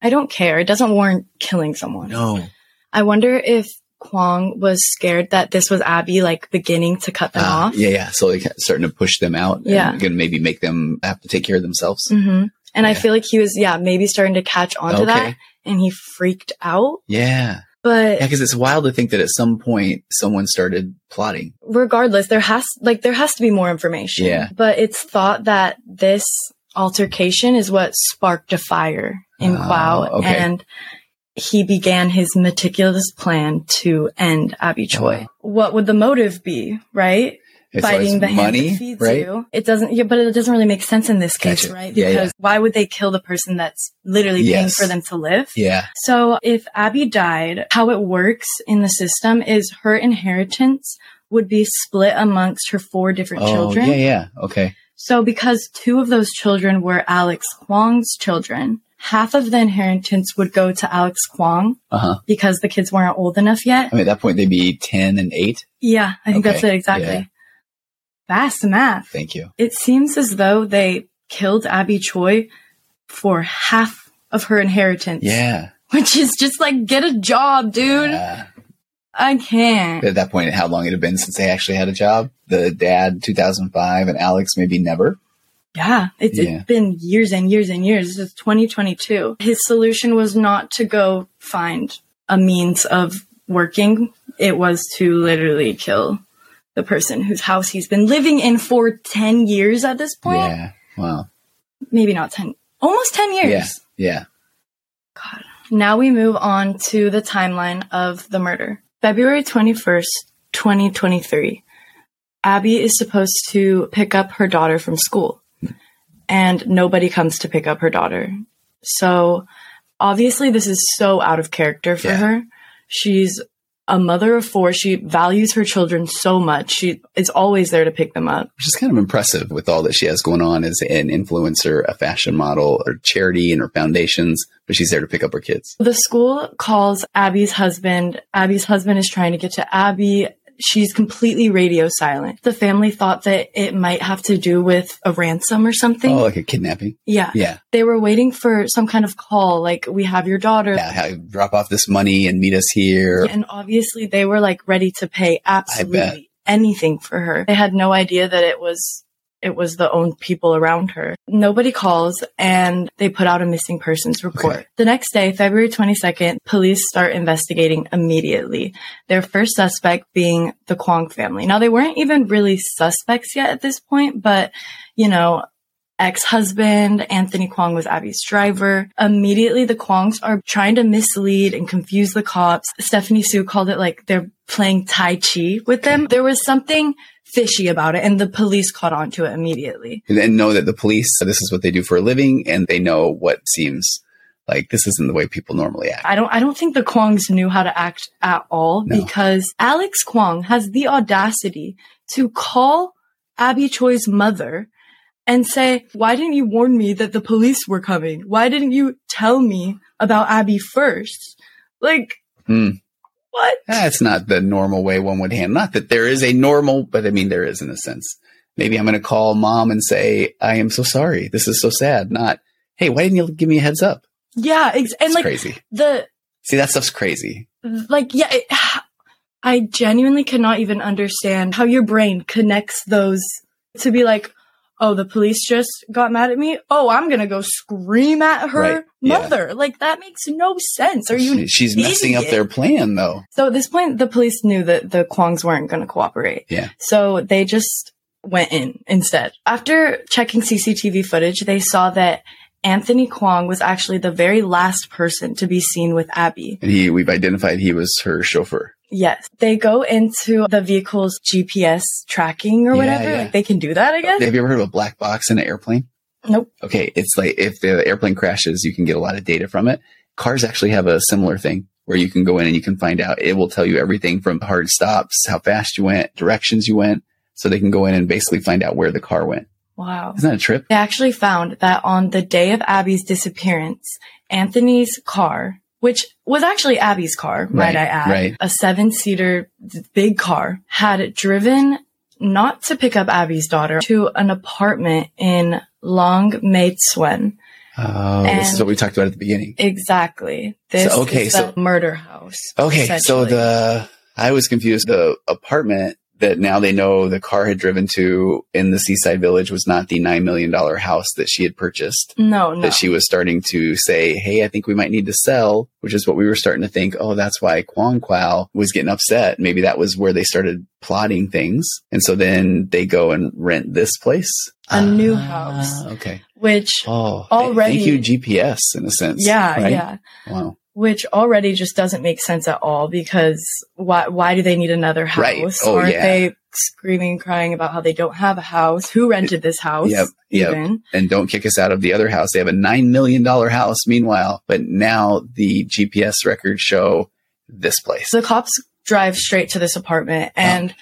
I don't care. It doesn't warrant killing someone.
No.
I wonder if Kwong was scared that this was Abby like beginning to cut them
Ah,
off.
yeah, yeah. So like starting to push them out.
Yeah.
Going to maybe make them have to take care of themselves.
hmm And I
Yeah.
feel like he was, yeah, maybe starting to catch on to that and he freaked out.
Yeah.
But
Yeah, because it's wild to think that at some point someone started plotting.
regardless, there has like there has to be more information.
Yeah.
But it's thought that this altercation is what sparked a fire in
Oh,
Kwao
okay.
and he began his meticulous plan to end Abby Choi.
Wow.
What would the motive be, right?
It's
biting the
always
hand
money,
that feeds
right?
you. It doesn't, yeah, but it doesn't really make sense in this case,
Gotcha.
right?
Yeah,
Because why would they kill the person that's literally paying
Yes.
for them to live?
Yeah.
So if Abby died, how it works in the system is her inheritance would be split amongst her four different
oh,
children.
yeah, yeah. Okay.
So because two of those children were Alex Kwong's children, half of the inheritance would go to Alex Kwong
Uh huh.
because the kids weren't old enough yet.
I mean, at that point, they'd be 10 and 8.
Yeah, I think that's
Okay,
it exactly.
yeah.
Fast math.
Thank you.
It seems as though they killed Abby Choi for half of her inheritance.
Yeah. Uh,
Which is just like, get a job, dude.
Yeah.
I can't.
at that point, how long it had been since they actually had a job? The dad, 2005, and Alex, maybe never.
Yeah. It's,
Yeah.
it's been years and years and years. This is 2022. His solution was not to go find a means of working, it was to literally kill the person whose house he's been living in for 10 years at this point.
Yeah. Wow.
Maybe not 10, almost 10 years.
Yeah. Yeah.
God. Now we move on to the timeline of the murder. February 21st, 2023. Abby is supposed to pick up her daughter from school, and nobody comes to pick up her daughter. So obviously, this is so out of character for
Yeah.
her. She's a mother of four. She values her children so much. She is always there to pick them up.
Which is kind of impressive with all that she has going on as an influencer, a fashion model, her charity, and her foundations. But she's there to pick up her kids.
The school calls Abby's husband. Abby's husband is trying to get to Abby. she's completely radio silent. The family thought that it might have to do with a ransom or something.
Oh, like a kidnapping.
Yeah.
Yeah.
They were waiting for some kind of call, like, we have your daughter.
Yeah. How, drop off this money and meet us here.
And obviously they were like ready to pay
bet.
absolutely anything for her. They had no idea that it was it was the own people around her. Nobody calls and they put out a missing persons report.
Okay.
The next day, February 22nd, police start investigating immediately. Their first suspect being the Kwong family. Now they weren't even really suspects yet at this point, but you know, ex-husband Anthony Kwong was Abby's driver. Immediately the Kwongs are trying to mislead and confuse the cops. Stephanie Sue called it like they're playing tai chi with them. There was something fishy about it and the police caught on to it immediately.
and, and know that the police, this is what they do for a living, and they know what seems like this isn't the way people normally act.
I don't I don't think the Kwongs knew how to act at all
No.
because Alex Kwong has the audacity to call Abby Choi's mother and say, "Why didn't you warn me that the police were coming? Why didn't you tell me about Abby first? Like
Hmm.
what?
That's not the normal way one would handle. Not that there is a normal, but I mean there is in a sense. Maybe I'm going to call mom and say, "I am so sorry. This is so sad." Not, "Hey, why didn't you give me a heads up?"
Yeah, ex- and
it's
like
crazy.
the
See, that stuff's crazy.
like yeah it, i genuinely cannot even understand how your brain connects those to be like oh the police just got mad at me oh i'm gonna go scream at her
Right, yeah.
mother like that makes no sense are you
She- She's messing up
idiot?
their plan, though.
so at this point the police knew that the kwongs weren't gonna cooperate
Yeah.
so they just went in instead after checking cctv footage they saw that anthony kwong was actually the very last person to be seen with abby
And he, we've identified he was her chauffeur.
Yes. They go into the vehicle's GPS tracking or
Yeah,
whatever.
yeah.
Like they can do that, I guess.
Have you ever heard of a black box in an airplane?
Nope.
Okay, it's like if the airplane crashes, you can get a lot of data from it. Cars actually have a similar thing where you can go in and you can find out. It will tell you everything from hard stops, how fast you went, directions you went, so they can go in and basically find out where the car went.
Wow.
Isn't that a trip?
They actually found that on the day of Abby's disappearance, Anthony's car, which was actually Abby's car,
Right,
might I add,
right.
a seven seater big car, had driven not to pick up Abby's daughter to an apartment in Long Mae Tsuen.
Oh, this is
And-
what we talked about at the beginning.
Exactly. This
So, okay,
is
so-
the murder house.
Okay, so
essentially.
the I was confused. The apartment that now they know the car had driven to in the seaside village was not the nine million dollar house that she had purchased.
no, no.
That she was starting to say, "Hey, I think we might need to sell," which is what we were starting to think. Oh, that's why Kwang Kwao was getting upset. Maybe that was where they started plotting things, and so then they go and rent this place,
A new
Ah,
house.
Okay.
which
Oh,
Already-
Thank you, GPS, in a sense.
Yeah,
right?
yeah.
Wow.
Which already just doesn't make sense at all because why why do they need another house?
Right. Oh,
Aren't
yeah.
they screaming crying about how they don't have a house? Who rented this house?
Yep, yep.
Even?
and don't kick us out of the other house. They have a nine million dollar house meanwhile, but now the GPS records show this place.
So the cops drive straight to this apartment and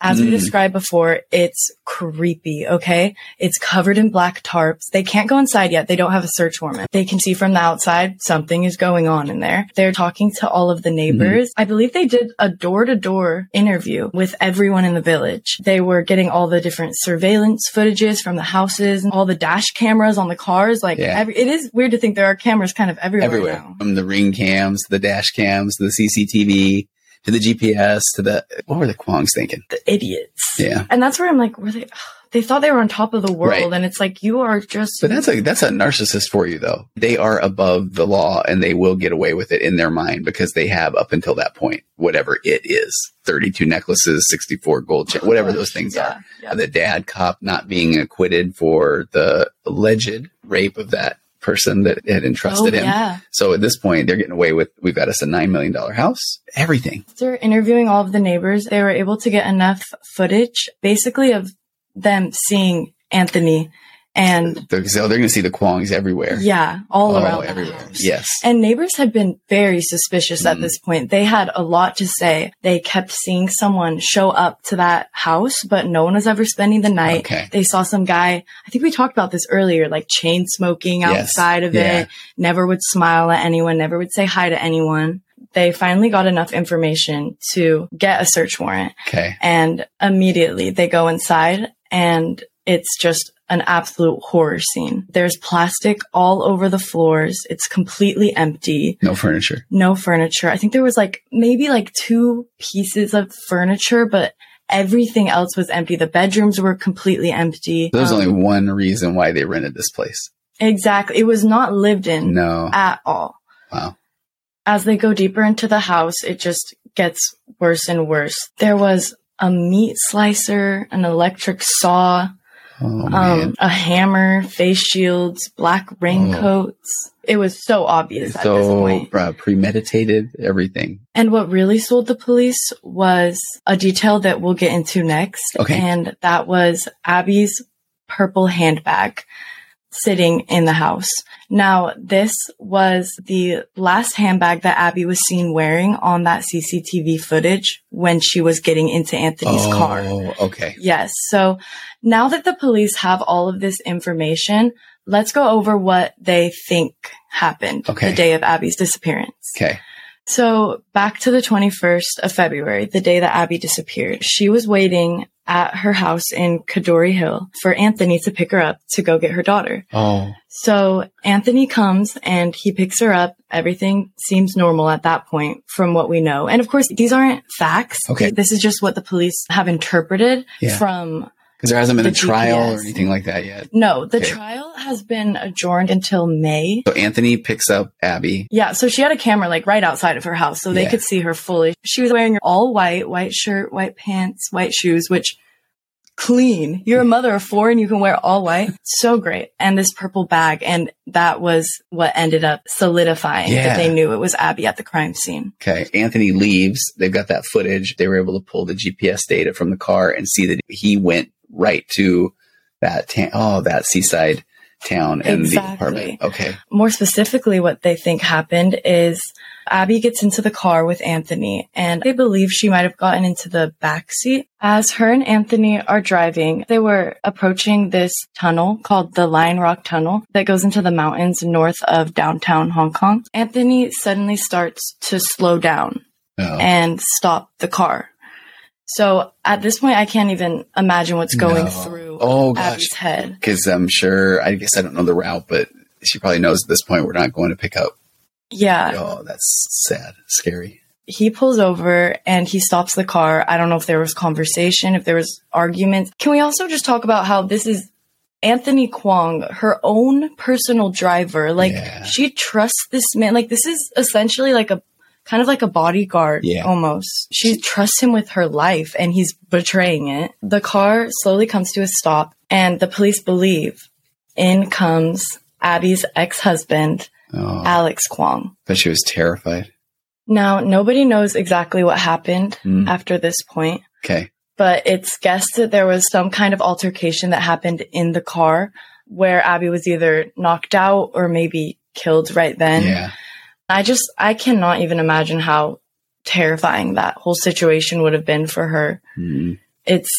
as we
Ah. Mm.
described before, it's creepy, okay? It's covered in black tarps. They can't go inside yet. They don't have a search warrant. They can see from the outside something is going on in there. They're talking to all
Mm-hmm.
of the neighbors. I believe they did a door to door interview with everyone in the village. They were getting all the different surveillance footages from the houses and all the dash cameras on the cars. Like,
Yeah.
every, it is weird to think there are cameras kind of everywhere.
Everywhere,
now.
from the ring cams, to the dash cams, to the CCTV, to the GPS, to the what were the Kwongs thinking?
The idiots.
Yeah,
And that's where I'm like, were they? They thought they were on top of the world,
Right.
and it's like you are just.
but that's a that's a narcissist for you though. They are above the law and they will get away with it in their mind because they have up until that point whatever it is, thirty two necklaces, sixty four gold chain, whatever those things are.
yeah, yeah.
the dad cop not being acquitted for the alleged rape of that person that had entrusted
oh,
him.
Yeah,
So at this point, they're getting away with we've got us a nine million dollar house, everything.
after interviewing all of the neighbors, they were able to get enough footage, basically, of them seeing Anthony, and
They're, so they're going to see the Kwongs everywhere,
yeah, all
Oh,
around the
everywhere.
house.
Yes,
And neighbors had been very suspicious at
Mm.
this point. They had a lot to say. They kept seeing someone show up to that house, but no one was ever spending the night.
Okay.
They saw some guy, I think we talked about this earlier, like chain smoking
Yes.
outside of
Yeah.
it, never would smile at anyone, never would say hi to anyone. they finally got enough information to get a search warrant.
Okay.
And immediately they go inside and it's just an absolute horror scene. There's plastic all over the floors. It's completely empty.
No furniture.
No furniture. I think there was like maybe like two pieces of furniture, but everything else was empty. The bedrooms were completely empty.
There's
Um,
only one reason why they rented this place.
Exactly. It was not lived in
No.
at all.
Wow.
As they go deeper into the house, it just gets worse and worse. There was a meat slicer, an electric saw,
Oh man.
um, a hammer, face shields, black raincoats. It was so obvious at this
Oh. so
point.
uh, premeditated everything.
And what really sold the police was a detail that we'll get into next.
Okay.
And that was Abby's purple handbag sitting in the house. Now, this was the last handbag that Abby was seen wearing on that CCTV footage when she was getting into Anthony's
oh,
car.
okay.
Yes. So now that the police have all of this information, let's go over what they think happened
Okay.
the day of Abby's disappearance.
Okay.
So back to the 21st of February, the day that Abby disappeared, she was waiting at her house in Kadori Hill for Anthony to pick her up to go get her daughter.
Oh.
So Anthony comes and he picks her up. Everything seems normal at that point from what we know. And of course, these aren't facts.
Okay.
This is just what the police have interpreted
Yeah.
from
Because there hasn't been
The
a trial or
GPS.
anything like that yet.
No, the
Okay.
trial has been adjourned until May.
So Anthony picks up Abby.
Yeah, so she had a camera like right outside of her house so they
Yeah.
could see her fully. She was wearing all white, white shirt, white pants, white shoes, which clean. You're a mother of four and you can wear all white. So great. And this purple bag. And that was what ended up solidifying
Yeah.
that they knew it was Abby at the crime scene.
Okay. Anthony leaves. They've got that footage. They were able to pull the GPS data from the car and see that he went right to that town. oh, that seaside town and the
Exactly.
apartment. Okay.
More specifically, what they think happened is Abby gets into the car with Anthony and they believe she might have gotten into the back seat. As her and Anthony are driving, they were approaching this tunnel called the Lion Rock Tunnel that goes into the mountains north of downtown Hong Kong. Anthony suddenly starts to slow down
Oh.
and stop the car. So at this point, I can't even imagine what's going
No.
through
Oh gosh.
Abby's head.
Because I'm sure. I guess I don't know the route, but she probably knows at this point we're not going to pick up.
Yeah.
Oh, that's sad. Scary.
he pulls over and he stops the car. I don't know if there was conversation, if there was arguments. Can we also just talk about how this is Anthony Kwong, her own personal driver? Like
Yeah.
she trusts this man. Like this is essentially like a kind of like a bodyguard
Yeah.
almost. She trusts him with her life and he's betraying it. The car slowly comes to a stop and the police believe in comes Abby's ex-husband,
Oh,
Alex Kwong.
but she was terrified.
Now, nobody knows exactly what happened
Mm.
after this point,
Okay.
but it's guessed that there was some kind of altercation that happened in the car where Abby was either knocked out or maybe killed right then.
yeah.
I just, I cannot even imagine how terrifying that whole situation would have been for her.
Mm.
It's,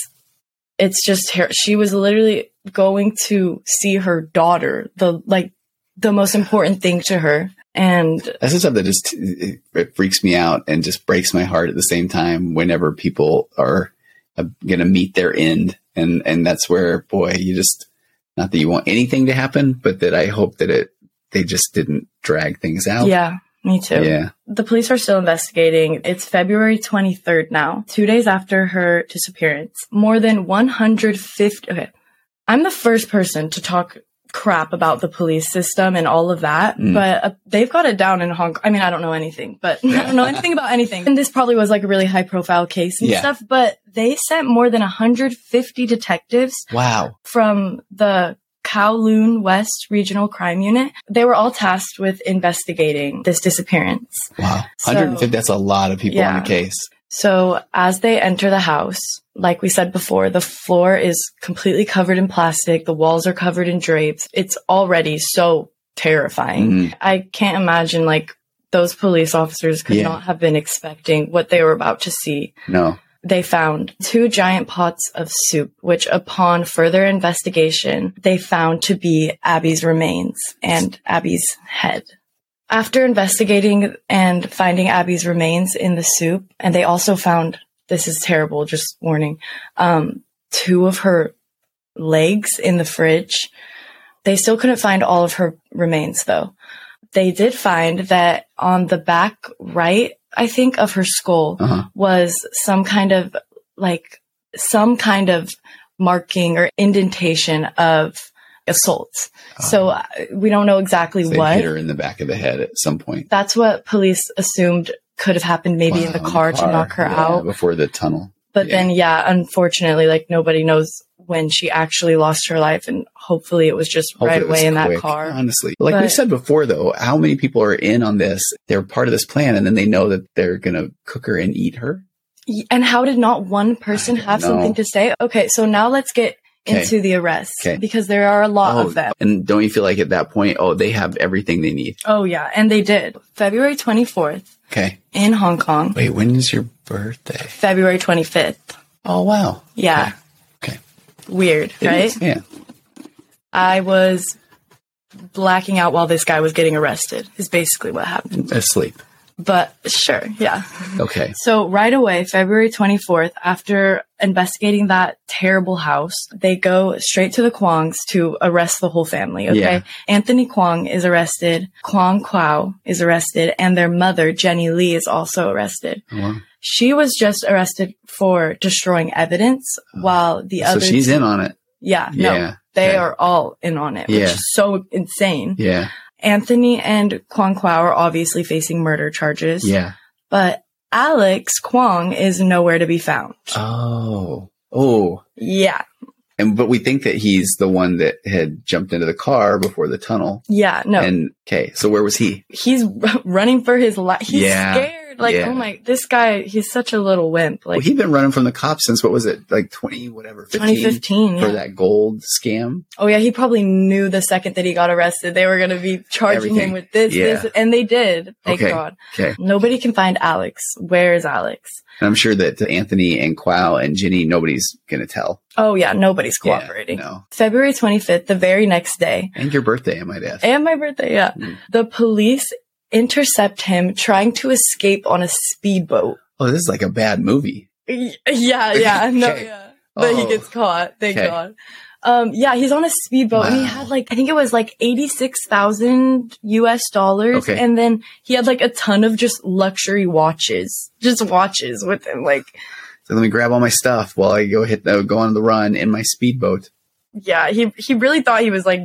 it's just her. She was literally going to see her daughter, the, like, the most important thing to her. And
That's the stuff that just it, it freaks me out and just breaks my heart at the same time. Whenever people are uh, going to meet their end, and and that's where, boy, you just not that you want anything to happen, but that I hope that it they just didn't drag things out.
yeah, me too.
Yeah.
The police are still investigating. It's February 23rd now, two days after her disappearance. More than 150. Okay. I'm the first person to talk crap about the police system and all of that,
Mm.
but uh, they've got it down in Hong Kong. I mean, I don't know anything, but
Yeah.
I don't know anything about anything. And this probably was like a really high profile case and
Yeah.
stuff, but they sent more than 150 detectives
Wow.
from the Kowloon West Regional Crime Unit. They were all tasked with investigating this disappearance.
Wow.
So-
150. That's a lot of people on
Yeah.
the case.
So as they enter the house, like we said before, the floor is completely covered in plastic. The walls are covered in drapes. It's already so terrifying.
Mm.
I can't imagine like those police officers could
Yeah.
not have been expecting what they were about to see.
No.
They found two giant pots of soup, which upon further investigation, they found to be Abby's remains and Abby's head. After investigating and finding Abby's remains in the soup, and they also found this is terrible, just warning um, two of her legs in the fridge. They still couldn't find all of her remains, though. They did find that on the back right, I think, of her skull
Uh-huh.
was some kind of like some kind of marking or indentation of assault. So uh, we don't know exactly
So they
what.
hit her in the back of the head at some point.
That's what police assumed could have happened maybe in the
Wow,
car, to knock her
yeah,
out.
before the tunnel.
But
yeah.
then, yeah, unfortunately, like nobody knows when she actually lost her life. And hopefully it was just
Hopefully
right
it was
away in that
quick,
car.
Honestly, like we
But-
said before, though, how many people are in on this? They're part of this plan, and then they know that they're gonna cook her and eat her.
Y- And how did not one person
don't
have
know.
something to say? Okay, so now let's get
Okay.
into the arrests
Okay.
because there are a lot of them.
Oh, and don't you feel like at that point, oh, they have everything they need?
Oh, yeah. And they did. February 24th
Okay.
in Hong Kong,
Wait, when is your birthday?
February 25th.
Oh wow.
Yeah.
Okay.
Weird,
It
right?
is, Yeah.
I was blacking out while this guy was getting arrested, is basically what happened.
Asleep.
But sure, yeah.
Okay.
So right away, February 24th, after investigating that terrible house, they go straight to the Kwongs to arrest the whole family. Okay.
Yeah.
Anthony Kwong is arrested. Kwong Kwao is arrested and their mother, Jenny Lee, is also arrested.
Wow.
She was just arrested for destroying evidence while the
Oh. So
other.
she's in on it.
Yeah. No,
Yeah.
they
okay.
are all in on it, which
Yeah.
is so insane.
Yeah.
Anthony and Kwong Kwao are obviously facing murder charges
Yeah.
but Alex Kwong is nowhere to be found.
Oh. Oh.
Yeah.
And but we think that he's the one that had jumped into the car before the tunnel.
Yeah. No,
And okay, so where was he?
he's r- running for his life. He's
Yeah.
scared. Like,
Yeah.
oh my, this guy, he's such a little wimp. Like
well, he'd been running from the cops since what was it, like twenty whatever, 15,
2015.
for
yeah.
that gold scam.
Oh yeah. He probably knew the second that he got arrested, they were going to be charging
Everything.
him with this,
Yeah.
this, and they did. Thank
Okay.
God.
Okay,
Nobody can find Alex. Where is Alex?
and I'm sure that Anthony and Quao and Ginny, nobody's gonna tell.
Oh yeah. Nobody's
Yeah,
cooperating.
no,
February 25th, the very next day,
and your birthday, I might add.
and my birthday. Yeah.
Mm.
The police intercept him trying to escape on a speedboat.
oh, this is like a bad movie.
Y- Yeah, yeah, no,
Okay.
yeah. But he
Oh.
gets caught. Thank
Okay.
God. Um, yeah, he's on a speedboat and he
Wow.
had like I think it was like eighty six thousand U.S. dollars,
Okay.
and then he had like a ton of just luxury watches, just watches with him. Like,
So let me grab all my stuff while I go hit the go on the run in my speedboat.
yeah, he he really thought he was like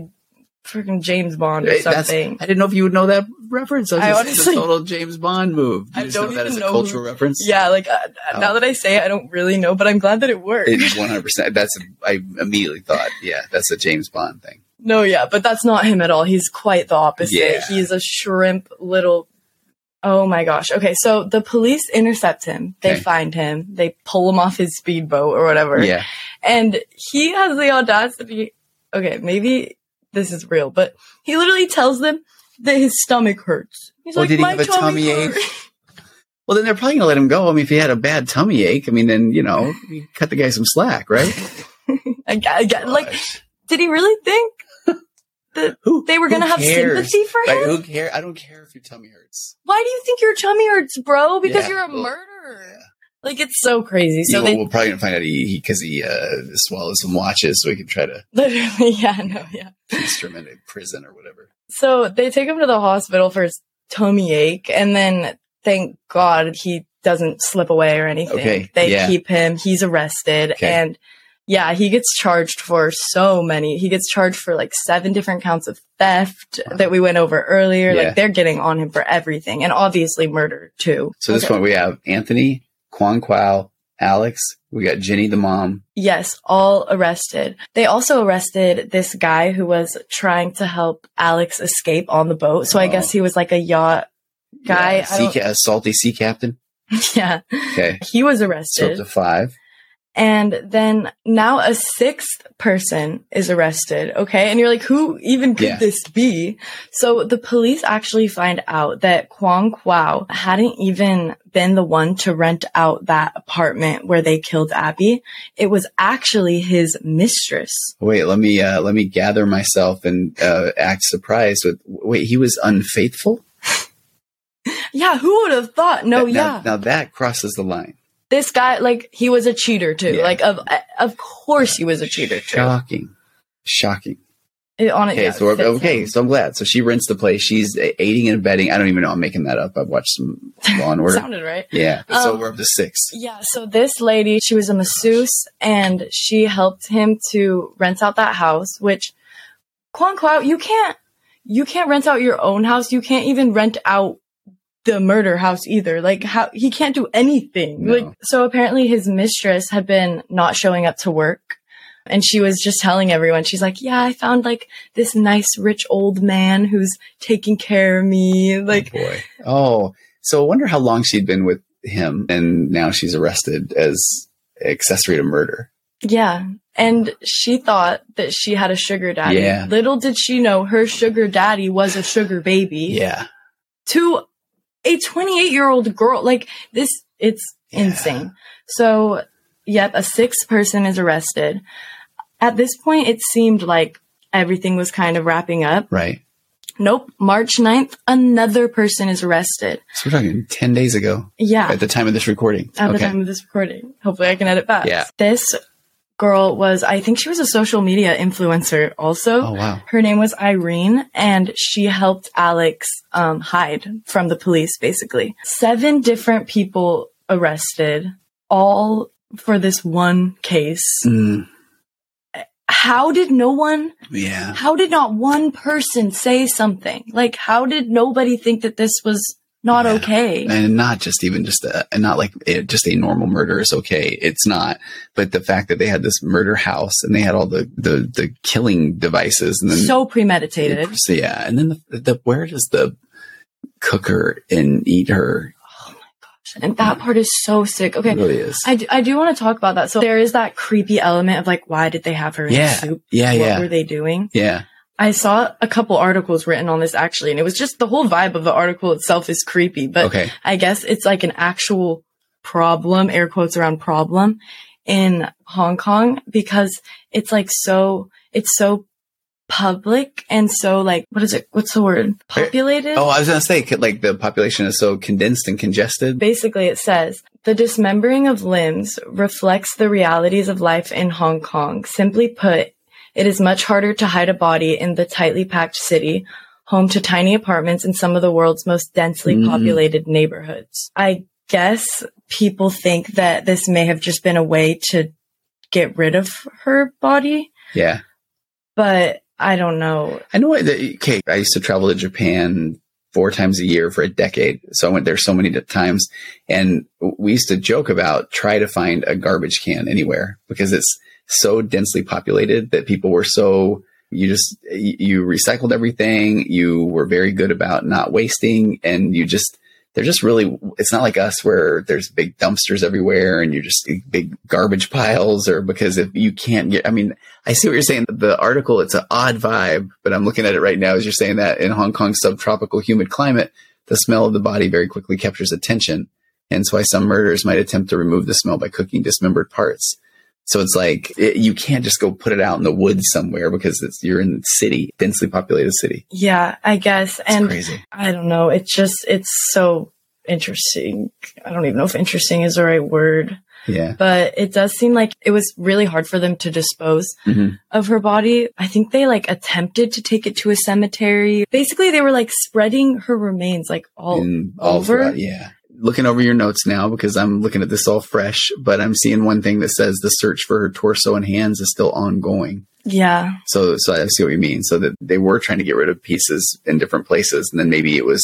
freaking James Bond or
Hey, that's-
something.
I didn't know if you would know that reference. I,
I
just,
honestly-
it's a total James Bond move. You
I
just
don't
know that
even
as a
know who-
cultural reference.
Yeah, like uh,
Oh.
now that I say it, I don't really know, but I'm glad that it worked.
It, 100%. That's, I immediately thought, yeah, that's a James Bond thing.
No, yeah, but that's not him at all. He's quite the opposite.
Yeah.
He's a shrimp little. Oh my gosh. Okay, so the police intercept him. They
Okay.
find him. They pull him off his speedboat or whatever.
Yeah.
And he has the audacity. Okay, maybe this is real, but he literally tells them that his stomach hurts. He's
Well,
like,
Oh, did he
my
have a
tummy
tummy
hurts.
Well, then they're probably going to let him go. I mean, if he had a bad tummy ache, I mean, then, you know, you cut the guy some slack, right?
I, gu- I, gu- like, did he really think
who,
they were
who
going to have
cares?
sympathy for him?
Like, who care? I don't care if your tummy hurts.
Why do you think your tummy hurts, bro? Because
Yeah.
you're a
Well,
murderer. Like, it's so crazy. So
So
they
we'll probably gonna find out he, because he, uh, swallows some watches so he can try to
Literally, yeah, no, yeah.
feast him in prison or whatever.
So they take him to the hospital for his tummy ache, and then thank God he doesn't slip away or anything.
Okay,
They
yeah.
keep him, he's arrested,
Okay.
and yeah, he gets charged for so many. He gets charged for like seven different counts of theft
Wow.
that we went over earlier.
Yeah.
Like they're getting on him for everything, and obviously murder too.
So at this
Okay.
point, we have Anthony, Quan Quao, Alex. We got Jenny, the mom.
Yes, all arrested. They also arrested this guy who was trying to help Alex escape on the boat. So I
Oh.
guess he was like a yacht Guy,
Yeah,
I
sea, ca- a salty sea captain.
Yeah.
Okay.
He was
So up
arrested.
to five.
and then now a sixth person is arrested. Okay. And you're like, who even could
Yeah.
this be? So the police actually find out that Kwong Kwao hadn't even been the one to rent out that apartment where they killed Abby. It was actually his mistress.
Oh, Wait, let me uh, let me gather myself and uh, act surprised. With wait, he was unfaithful.
Yeah, who would have thought? No,
That-
yeah.
Now, now that crosses the line.
this guy, like, he was a cheater too.
Yeah.
Like, of of course he was a cheater too.
Shocking. Shocking.
It, on it,
Okay,
yeah,
so
it fits
okay,
him.
so I'm glad. So she rents the place. She's aiding and abetting. I don't even know. I'm making that up. I've watched some Law and Order.
sounded right.
yeah. so
Um,
we're up to six.
Yeah, so this lady, she was a masseuse and she helped him to rent out that house, which Quan Kwao, you can't you can't rent out your own house. You can't even rent out the murder house either. Like how he can't do anything.
No.
Like so apparently his mistress had been not showing up to work and she was just telling everyone, she's like, Yeah, I found like this nice rich old man who's taking care of me. Like
oh, boy. Oh, so I wonder how long she'd been with him, and now she's arrested as accessory to murder.
Yeah. And she thought that she had a sugar daddy.
Yeah.
Little did she know her sugar daddy was a sugar baby
Yeah.
to a 28 year old girl. Like this, it's
Yeah.
insane. So, yep, a sixth person is arrested. At this point, it seemed like everything was kind of wrapping up.
Right.
Nope. March 9th, another person is arrested.
So we're talking ten days ago
Yeah.
at the time of this recording.
at the
okay.
time of this recording. Hopefully, I can edit back.
Yeah.
This girl was, I think she was a social media influencer also.
oh wow.
Her name was Irene, and she helped Alex um, hide from the police, basically. Seven different people arrested, all for this one case.
Mm,
How did no one,
yeah.
how did not one person say something? Like, how did nobody think that this was not
Yeah.
okay?
And not just even just a, and not like it, just a normal murder is okay. It's not. But the fact that they had this murder house and they had all the the, the killing devices and then
so premeditated.
So, yeah, and then the, the where does the cooker and eat her?
And that part is so sick. Okay.
It really is.
I do, I do want to talk about that. So there is that creepy element of like, why did they have her in
Yeah.
the soup?
yeah,
What
yeah,
were they doing?
yeah.
I saw a couple articles written on this actually, and it was just the whole vibe of the article itself is creepy, but
okay,
I guess it's like an actual problem, air quotes around problem in Hong Kong because it's like so, it's so public and so like, what is it? What's the word? Populated?
Oh, I was gonna say, c- like the population is so condensed and congested.
Basically, it says the dismembering of limbs reflects the realities of life in Hong Kong. Simply put, it is much harder to hide a body in the tightly packed city, home to tiny apartments in some of the world's most densely
Mm.
populated neighborhoods. I guess people think that this may have just been a way to get rid of her body,
Yeah,
but I don't know.
I know. what the- Okay, I used to travel to Japan four times a year for a decade, so I went there so many di- times, and we used to joke about try to find a garbage can anywhere because it's so densely populated that people were so you just you you recycled everything you were very good about not wasting and you just they're just really it's not like us where there's big dumpsters everywhere and you're just big garbage piles or because if you can't get i mean i see what you're saying the article it's an odd vibe but i'm looking at it right now as you're saying that in hong kong's subtropical humid climate the smell of the body very quickly captures attention and so why some murderers might attempt to remove the smell by cooking dismembered parts so it's like it, you can't just go put it out in the woods somewhere because it's, you're in the city densely populated city
Yeah, I guess.
it's
and
crazy
I don't know. It's just, it's so interesting. I don't even know if interesting is the right word,
yeah
but it does seem like it was really hard for them to dispose
Mhm.
of her body. I think they like attempted to take it to a cemetery. Basically, they were like spreading her remains like all.
in all
over?
throughout- yeah. Looking over your notes now because I'm looking at this all fresh, but I'm seeing one thing that says the search for her torso and hands is still ongoing.
Yeah.
So, so I see what you mean. So that they were trying to get rid of pieces in different places, and then maybe it was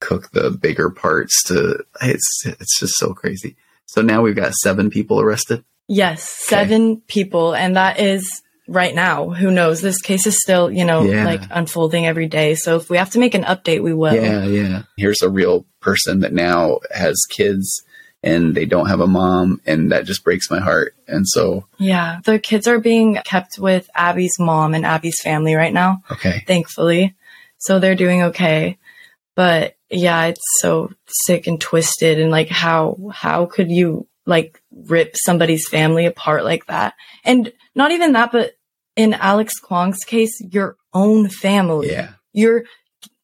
cook the bigger parts to. It's it's just so crazy. So now we've got seven people arrested.
Yes.
Okay.
Seven people. And that is right now. Who knows? This case is still, you know,
Yeah.
like unfolding every day. So if we have to make an update, we will.
Yeah, yeah. Here's a real person that now has kids and they don't have a mom, and that just breaks my heart. And so,
yeah. The kids are being kept with Abby's mom and Abby's family right now.
okay,
thankfully. So they're doing okay. But yeah, it's so sick and twisted and like how how could you like rip somebody's family apart like that? And not even that, but in Alex Kwong's case, your own family.
yeah,
You're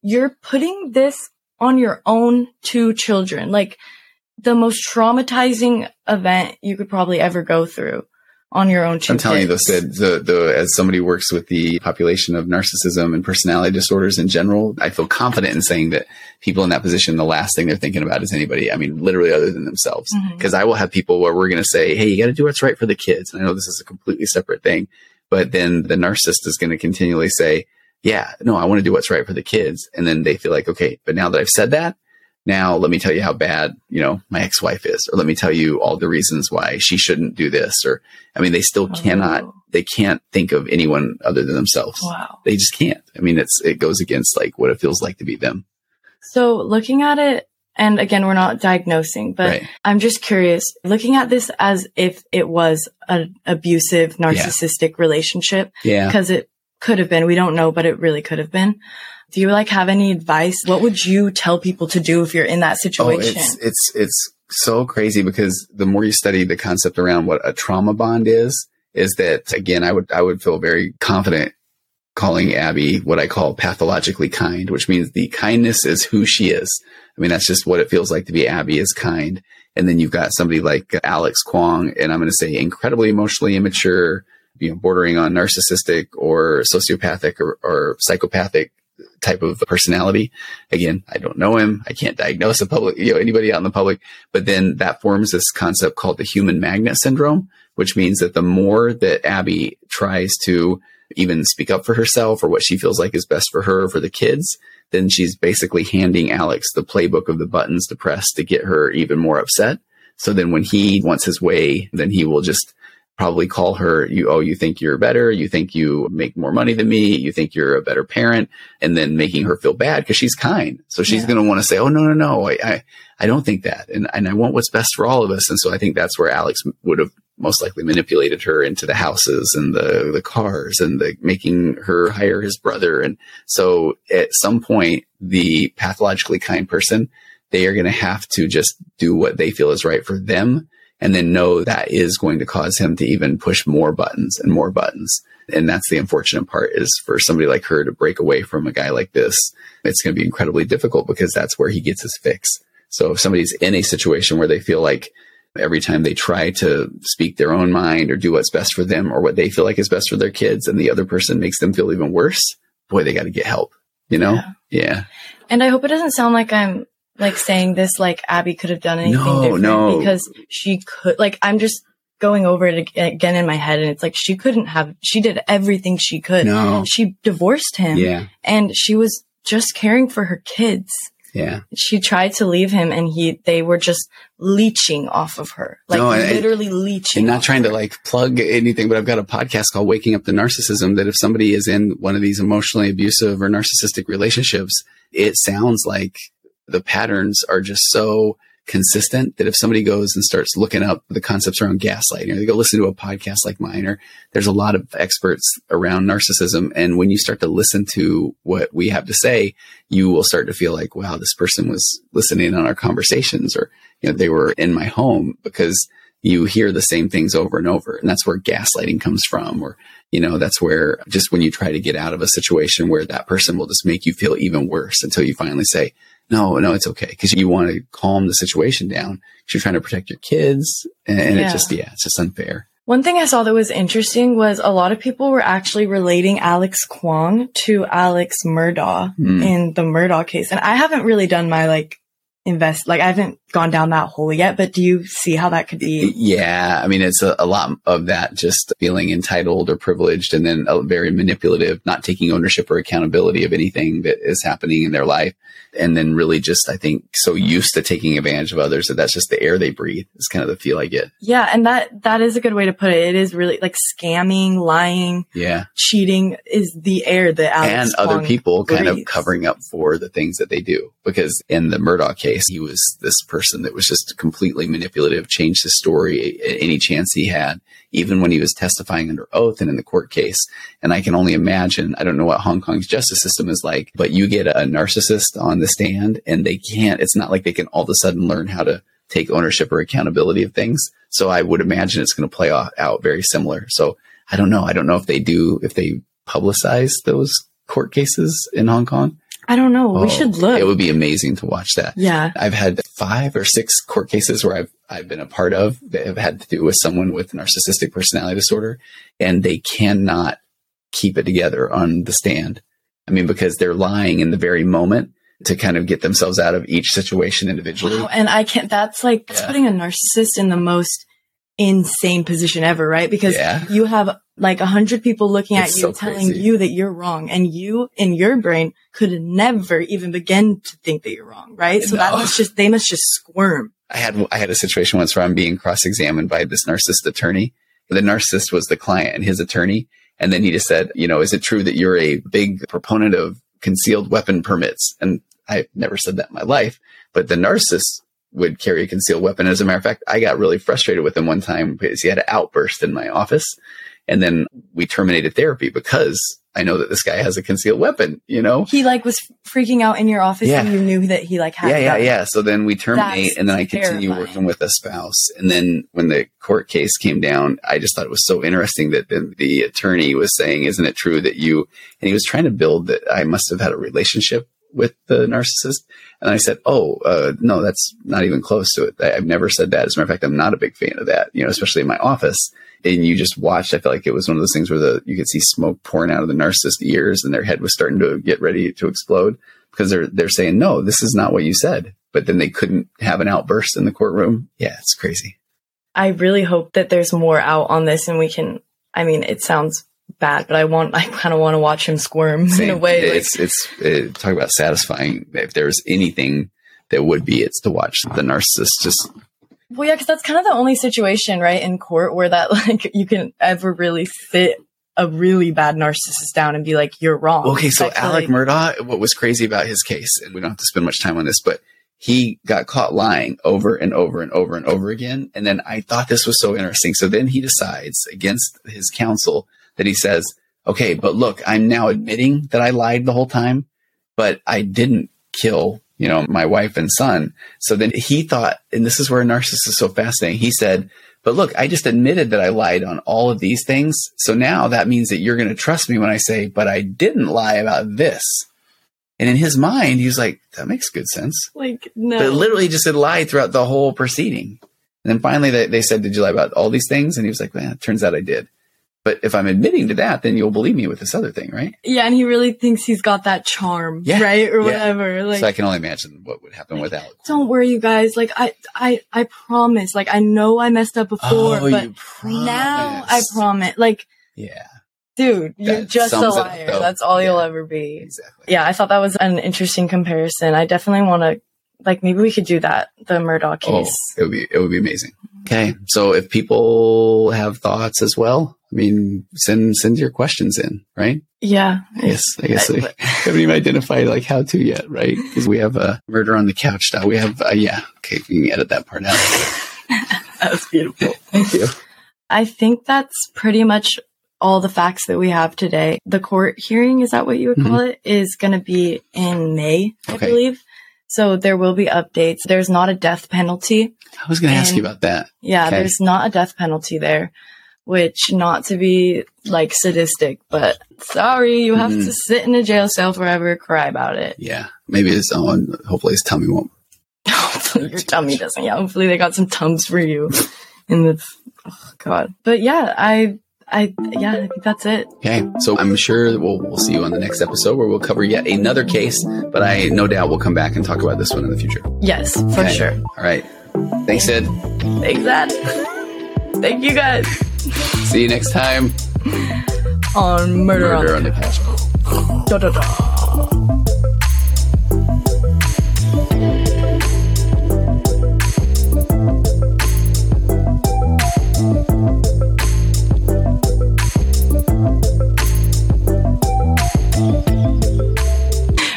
you're putting this on your own two children. Like the most traumatizing event you could probably ever go through on your own two
I'm telling you, though, Sid,
kids.
the, the, as somebody who works with the population of narcissism and personality disorders in general, I feel confident in saying that people in that position, the last thing they're thinking about is anybody. I mean, literally other than themselves.
Mhm.
Because I will have people where we're going to say, Hey, you got to do what's right for the kids. And I know this is a completely separate thing, but then the narcissist is going to continually say, Yeah, no, I want to do what's right for the kids. And then they feel like, okay, but now that I've said that, now let me tell you how bad, you know, my ex-wife is, or let me tell you all the reasons why she shouldn't do this. Or, I mean, they still cannot,
Oh,
they can't think of anyone other than themselves.
Wow.
They just can't. I mean, it's, it goes against like what it feels like to be them.
So looking at it, and again, we're not diagnosing, but
right.
I'm just curious, looking at this as if it was an abusive, narcissistic relationship,
Yeah.
because it could have been. We don't know, but it really could have been. Do you like have any advice? What would you tell people to do if you're in that situation?
Oh, it's it's it's so crazy because the more you study the concept around what a trauma bond is, is that again, I would I would feel very confident calling Abby what I call pathologically kind, which means the kindness is who she is. I mean, that's just what it feels like to be Abby is kind. And then you've got somebody like Alex Kwong, and I'm going to say incredibly emotionally immature, you know, bordering on narcissistic or sociopathic or, or psychopathic type of personality. Again, I don't know him. I can't diagnose the public, you know, anybody out in the public. But then that forms this concept called the human magnet syndrome, which means that the more that Abby tries to even speak up for herself or what she feels like is best for her or for the kids, then she's basically handing Alex the playbook of the buttons to press to get her even more upset. So then when he wants his way, then he will just probably call her, you, oh, you think you're better. You think you make more money than me. You think you're a better parent and then making her feel bad because she's kind. So she's
Yeah.
going to want to say, "Oh no, no, no, I, I, I don't think that, and and I want what's best for all of us." And so I think that's where Alex would have most likely manipulated her into the houses and the the cars and the making her hire his brother. And so at some point, the pathologically kind person, they are going to have to just do what they feel is right for them. And then know that is going to cause him to even push more buttons and more buttons. And that's the unfortunate part is for somebody like her to break away from a guy like this, it's going to be incredibly difficult because that's where he gets his fix. So if somebody's in a situation where they feel like every time they try to speak their own mind or do what's best for them or what they feel like is best for their kids and the other person makes them feel even worse, boy, they got to get help, you know? Yeah.
and I hope it doesn't sound like I'm like saying this like Abby could have done anything
No,
different
no.
because she could like I'm just going over it ag- again in my head and it's like she couldn't have she did everything she could.
No.
She divorced him
Yeah.
and she was just caring for her kids.
Yeah.
She tried to leave him and he they were just leeching off of her. Like
No, and- and-
literally leeching.
And not trying to like plug anything, but I've got a podcast called Waking Up to Narcissism that if somebody is in one of these emotionally abusive or narcissistic relationships, it sounds like the patterns are just so consistent that if somebody goes and starts looking up the concepts around gaslighting or they go listen to a podcast like mine or there's a lot of experts around narcissism and when you start to listen to what we have to say you will start to feel like wow this person was listening on our conversations or you know they were in my home because you hear the same things over and over and that's where gaslighting comes from or you know that's where just when you try to get out of a situation where that person will just make you feel even worse until you finally say no, no, it's okay. Cause you want to calm the situation down. 'Cause you're trying to protect your kids. And, and
Yeah.
it just, yeah, it's just unfair.
One thing I saw that was interesting was a lot of people were actually relating Alex Kwong to Alex Murdaugh
Mm.
in the Murdaugh case. And I haven't really done my like invest, like I haven't gone down that hole yet, but do you see how that could be?
Yeah. I mean, it's a, a lot of that just feeling entitled or privileged and then a very manipulative, not taking ownership or accountability of anything that is happening in their life. And then really just, I think, so used to taking advantage of others that that's just the air they breathe is kind of the feel I get.
Yeah. And that, that is a good way to put it. It is really like scamming, lying,
Yeah.
cheating is the air that Alex
and other
Kwong-
people kind of
breathes.
covering up for the things that they do. Because in the Murdoch case, he was this person that was just completely manipulative, changed his story at any chance he had, even when he was testifying under oath and in the court case. And I can only imagine, I don't know what Hong Kong's justice system is like, but you get a narcissist on the stand and they can't, it's not like they can all of a sudden learn how to take ownership or accountability of things. So I would imagine it's going to play off, out very similar. So I don't know. I don't know if they do, if they publicize those court cases in Hong Kong.
I don't know.
Oh,
we should look.
It would be amazing to watch that.
yeah.
I've had five or six court cases where I've I've been a part of that have had to do with someone with narcissistic personality disorder, and they cannot keep it together on the stand. I mean, because they're lying in the very moment to kind of get themselves out of each situation individually.
Wow, and I can't, that's like, that's
Yeah.
putting a narcissist in the most insane position ever, right? Because
Yeah.
you have like a hundred people looking at
It's
you,
so
telling
crazy.
you that you're wrong. And you in your brain could never even begin to think that you're wrong, right? So that
No.
must just, they must just squirm.
I had I had a situation once where I'm being cross examined by this narcissist attorney. The narcissist was the client and his attorney, and then he just said, "You know, is it true that you're a big proponent of concealed weapon permits?" And I never said that in my life, but the narcissist would carry a concealed weapon. As a matter of fact, I got really frustrated with him one time because he had an outburst in my office, and then we terminated therapy because I know that this guy has a concealed weapon. You know,
He like was freaking out in your office
Yeah.
and you knew that he like had
yeah, yeah,
that.
yeah. So then we terminate,
That's
and then I continue
terrifying.
working with a spouse. And then when the court case came down, I just thought it was so interesting that then the attorney was saying, "Isn't it true that you?" And he was trying to build that I must have had a relationship with the narcissist. And I said, "Oh, uh, no, that's not even close to it. I, I've never said that. As a matter of fact, I'm not a big fan of that. You know, especially in my office." And you just watched. I felt like it was one of those things where the you could see smoke pouring out of the narcissist's ears, and their head was starting to get ready to explode because they're they're saying no, this is not what you said. But then they couldn't have an outburst in the courtroom. Yeah, it's crazy.
I really hope that there's more out on this and we can, I mean, it sounds bad, but I want, I kind of want to watch him squirm in a
Same.
way. like-
it's it's uh, talk about satisfying. If there's anything that would be, it's to watch the narcissist just
Well, yeah, because that's kind of the only situation, right, in court where that like you can ever really sit a really bad narcissist down and be like, "You're wrong."
Okay, so
Like,
Alec
like-
Murdoch, what was crazy about his case, and we don't have to spend much time on this, but he got caught lying over and over and over and over again. And then I thought this was so interesting. So then he decides against his counsel that he says, okay, but look, I'm now admitting that I lied the whole time, but I didn't kill, you know, my wife and son. So then he thought, and this is where a narcissist is so fascinating. He said, but look, I just admitted that I lied on all of these things. So now that means that you're going to trust me when I say, but I didn't lie about this. And in his mind, he's like, that makes good sense.
like no,
But literally just had lied throughout the whole proceeding. And then finally they, they said, did you lie about all these things? And he was like, well, it turns out I did. But if I'm admitting to that, then you'll believe me with this other thing, right?
yeah, and he really thinks he's got that charm,
Yeah,
right, or
yeah.
whatever. Like,
so I can only imagine what would happen with Alec.
don't worry, you guys. Like, I, I, I promise. Like, I know I messed up before, but now I
Oh, promise.
promise. Like,
Yeah,
dude, you're
That
just a
sums it up,
liar.
though.
That's all you'll
Yeah.
ever be.
exactly.
yeah, I thought that was an interesting comparison. I definitely want to, like, maybe we could do that, the Murdoch case.
Oh, it would be it would be amazing. Okay, so if people have thoughts as well, I mean, send send your questions in, right?
Yeah.
Yes, I guess we haven't even identified like how to yet, right? Because we have a murder on the couch. Now we have, uh, yeah. Okay, we can edit that part out.
that was beautiful.
Thank you.
I think that's pretty much all the facts that we have today. The court hearing, is that what you would call it, is going to be in May,
Mm-hmm. Okay.
I believe. So there will be updates. There's not a death penalty.
I was going to ask you about that.
Yeah,
Okay.
there's not a death penalty there, which not to be like sadistic, but sorry, you have
Mhm.
to sit in a jail cell forever, cry about it.
Yeah, maybe it's on. Hopefully, his tummy won't.
Hopefully your tummy doesn't. Yeah, hopefully they got some tums for you. In the oh god, but yeah, I, I, yeah, I think that's it.
Okay, so I'm sure that we'll we'll see you on the next episode where we'll cover yet another case, but I no doubt we'll come back and talk about this one in the future.
Yes, for
Okay.
sure.
All right. Thanks, Sid.
Thanks, Dad. Thank you guys
See you next time.
on murder. on-
Murder on the couch.
da, da, da.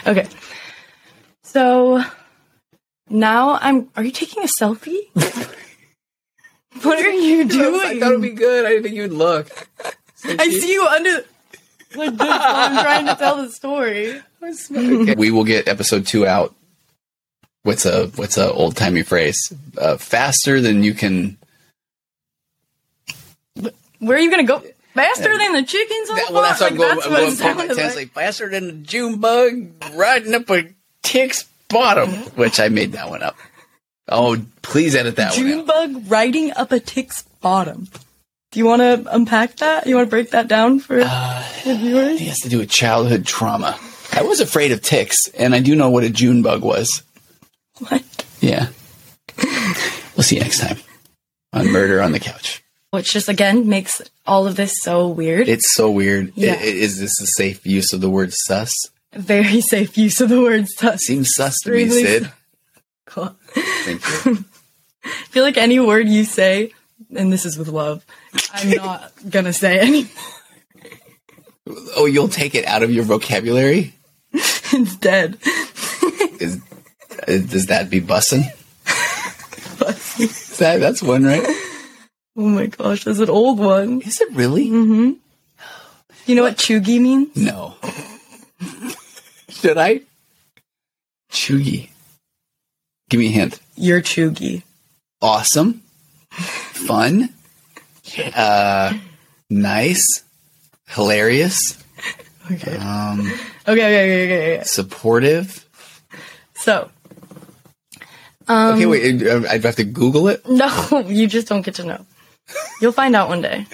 Okay. So now I'm. Are you taking a selfie? what are you doing?
I thought it'd be good. I didn't think you'd look.
I see you under. Like this while I'm trying to tell the story.
Okay, we will get episode two out. What's a what's a old timey phrase? Uh, faster than you can.
Where are you gonna go? Faster than the chickens on
That-
the
well,
farm.
that's what I'm going.
Like, that's
I'm
what
going
it
for my
sounded
tense,
like.
like faster than a June bug riding up a tick's bottom, which I made that one up. Oh, please edit that one.
June
out.
bug riding up a tick's bottom. Do you want to unpack that? You want to break that down for
Uh,
the viewers?
It has to do with childhood trauma. I was afraid of ticks, and I do know what a June bug was.
What?
Yeah. we'll see you next time on Murder on the Couch.
Which just again makes all of this so weird.
It's so weird. I-
Yeah.
i- Is this a safe use of the word sus?
Very safe use of the word sus.
Seems sus to me,
Extremely
Sid.
Cool.
Thank you.
I feel like any word you say, and this is with love, I'm not gonna say any.
Oh, you'll take it out of your vocabulary?
Instead,
Is, uh, does that be bussin'? Is that, that's one, right?
oh my gosh, that's an old one.
Is it really?
You know what chuggy means?
No. Should I? Chugi. Give me a hint.
You're chuggy.
awesome, fun, uh, nice, hilarious,
Okay.
um,
Okay, okay, okay, okay, okay.
supportive.
So,
okay, wait. uh, I'd have to Google it.
no, you just don't get to know. You'll find out one day.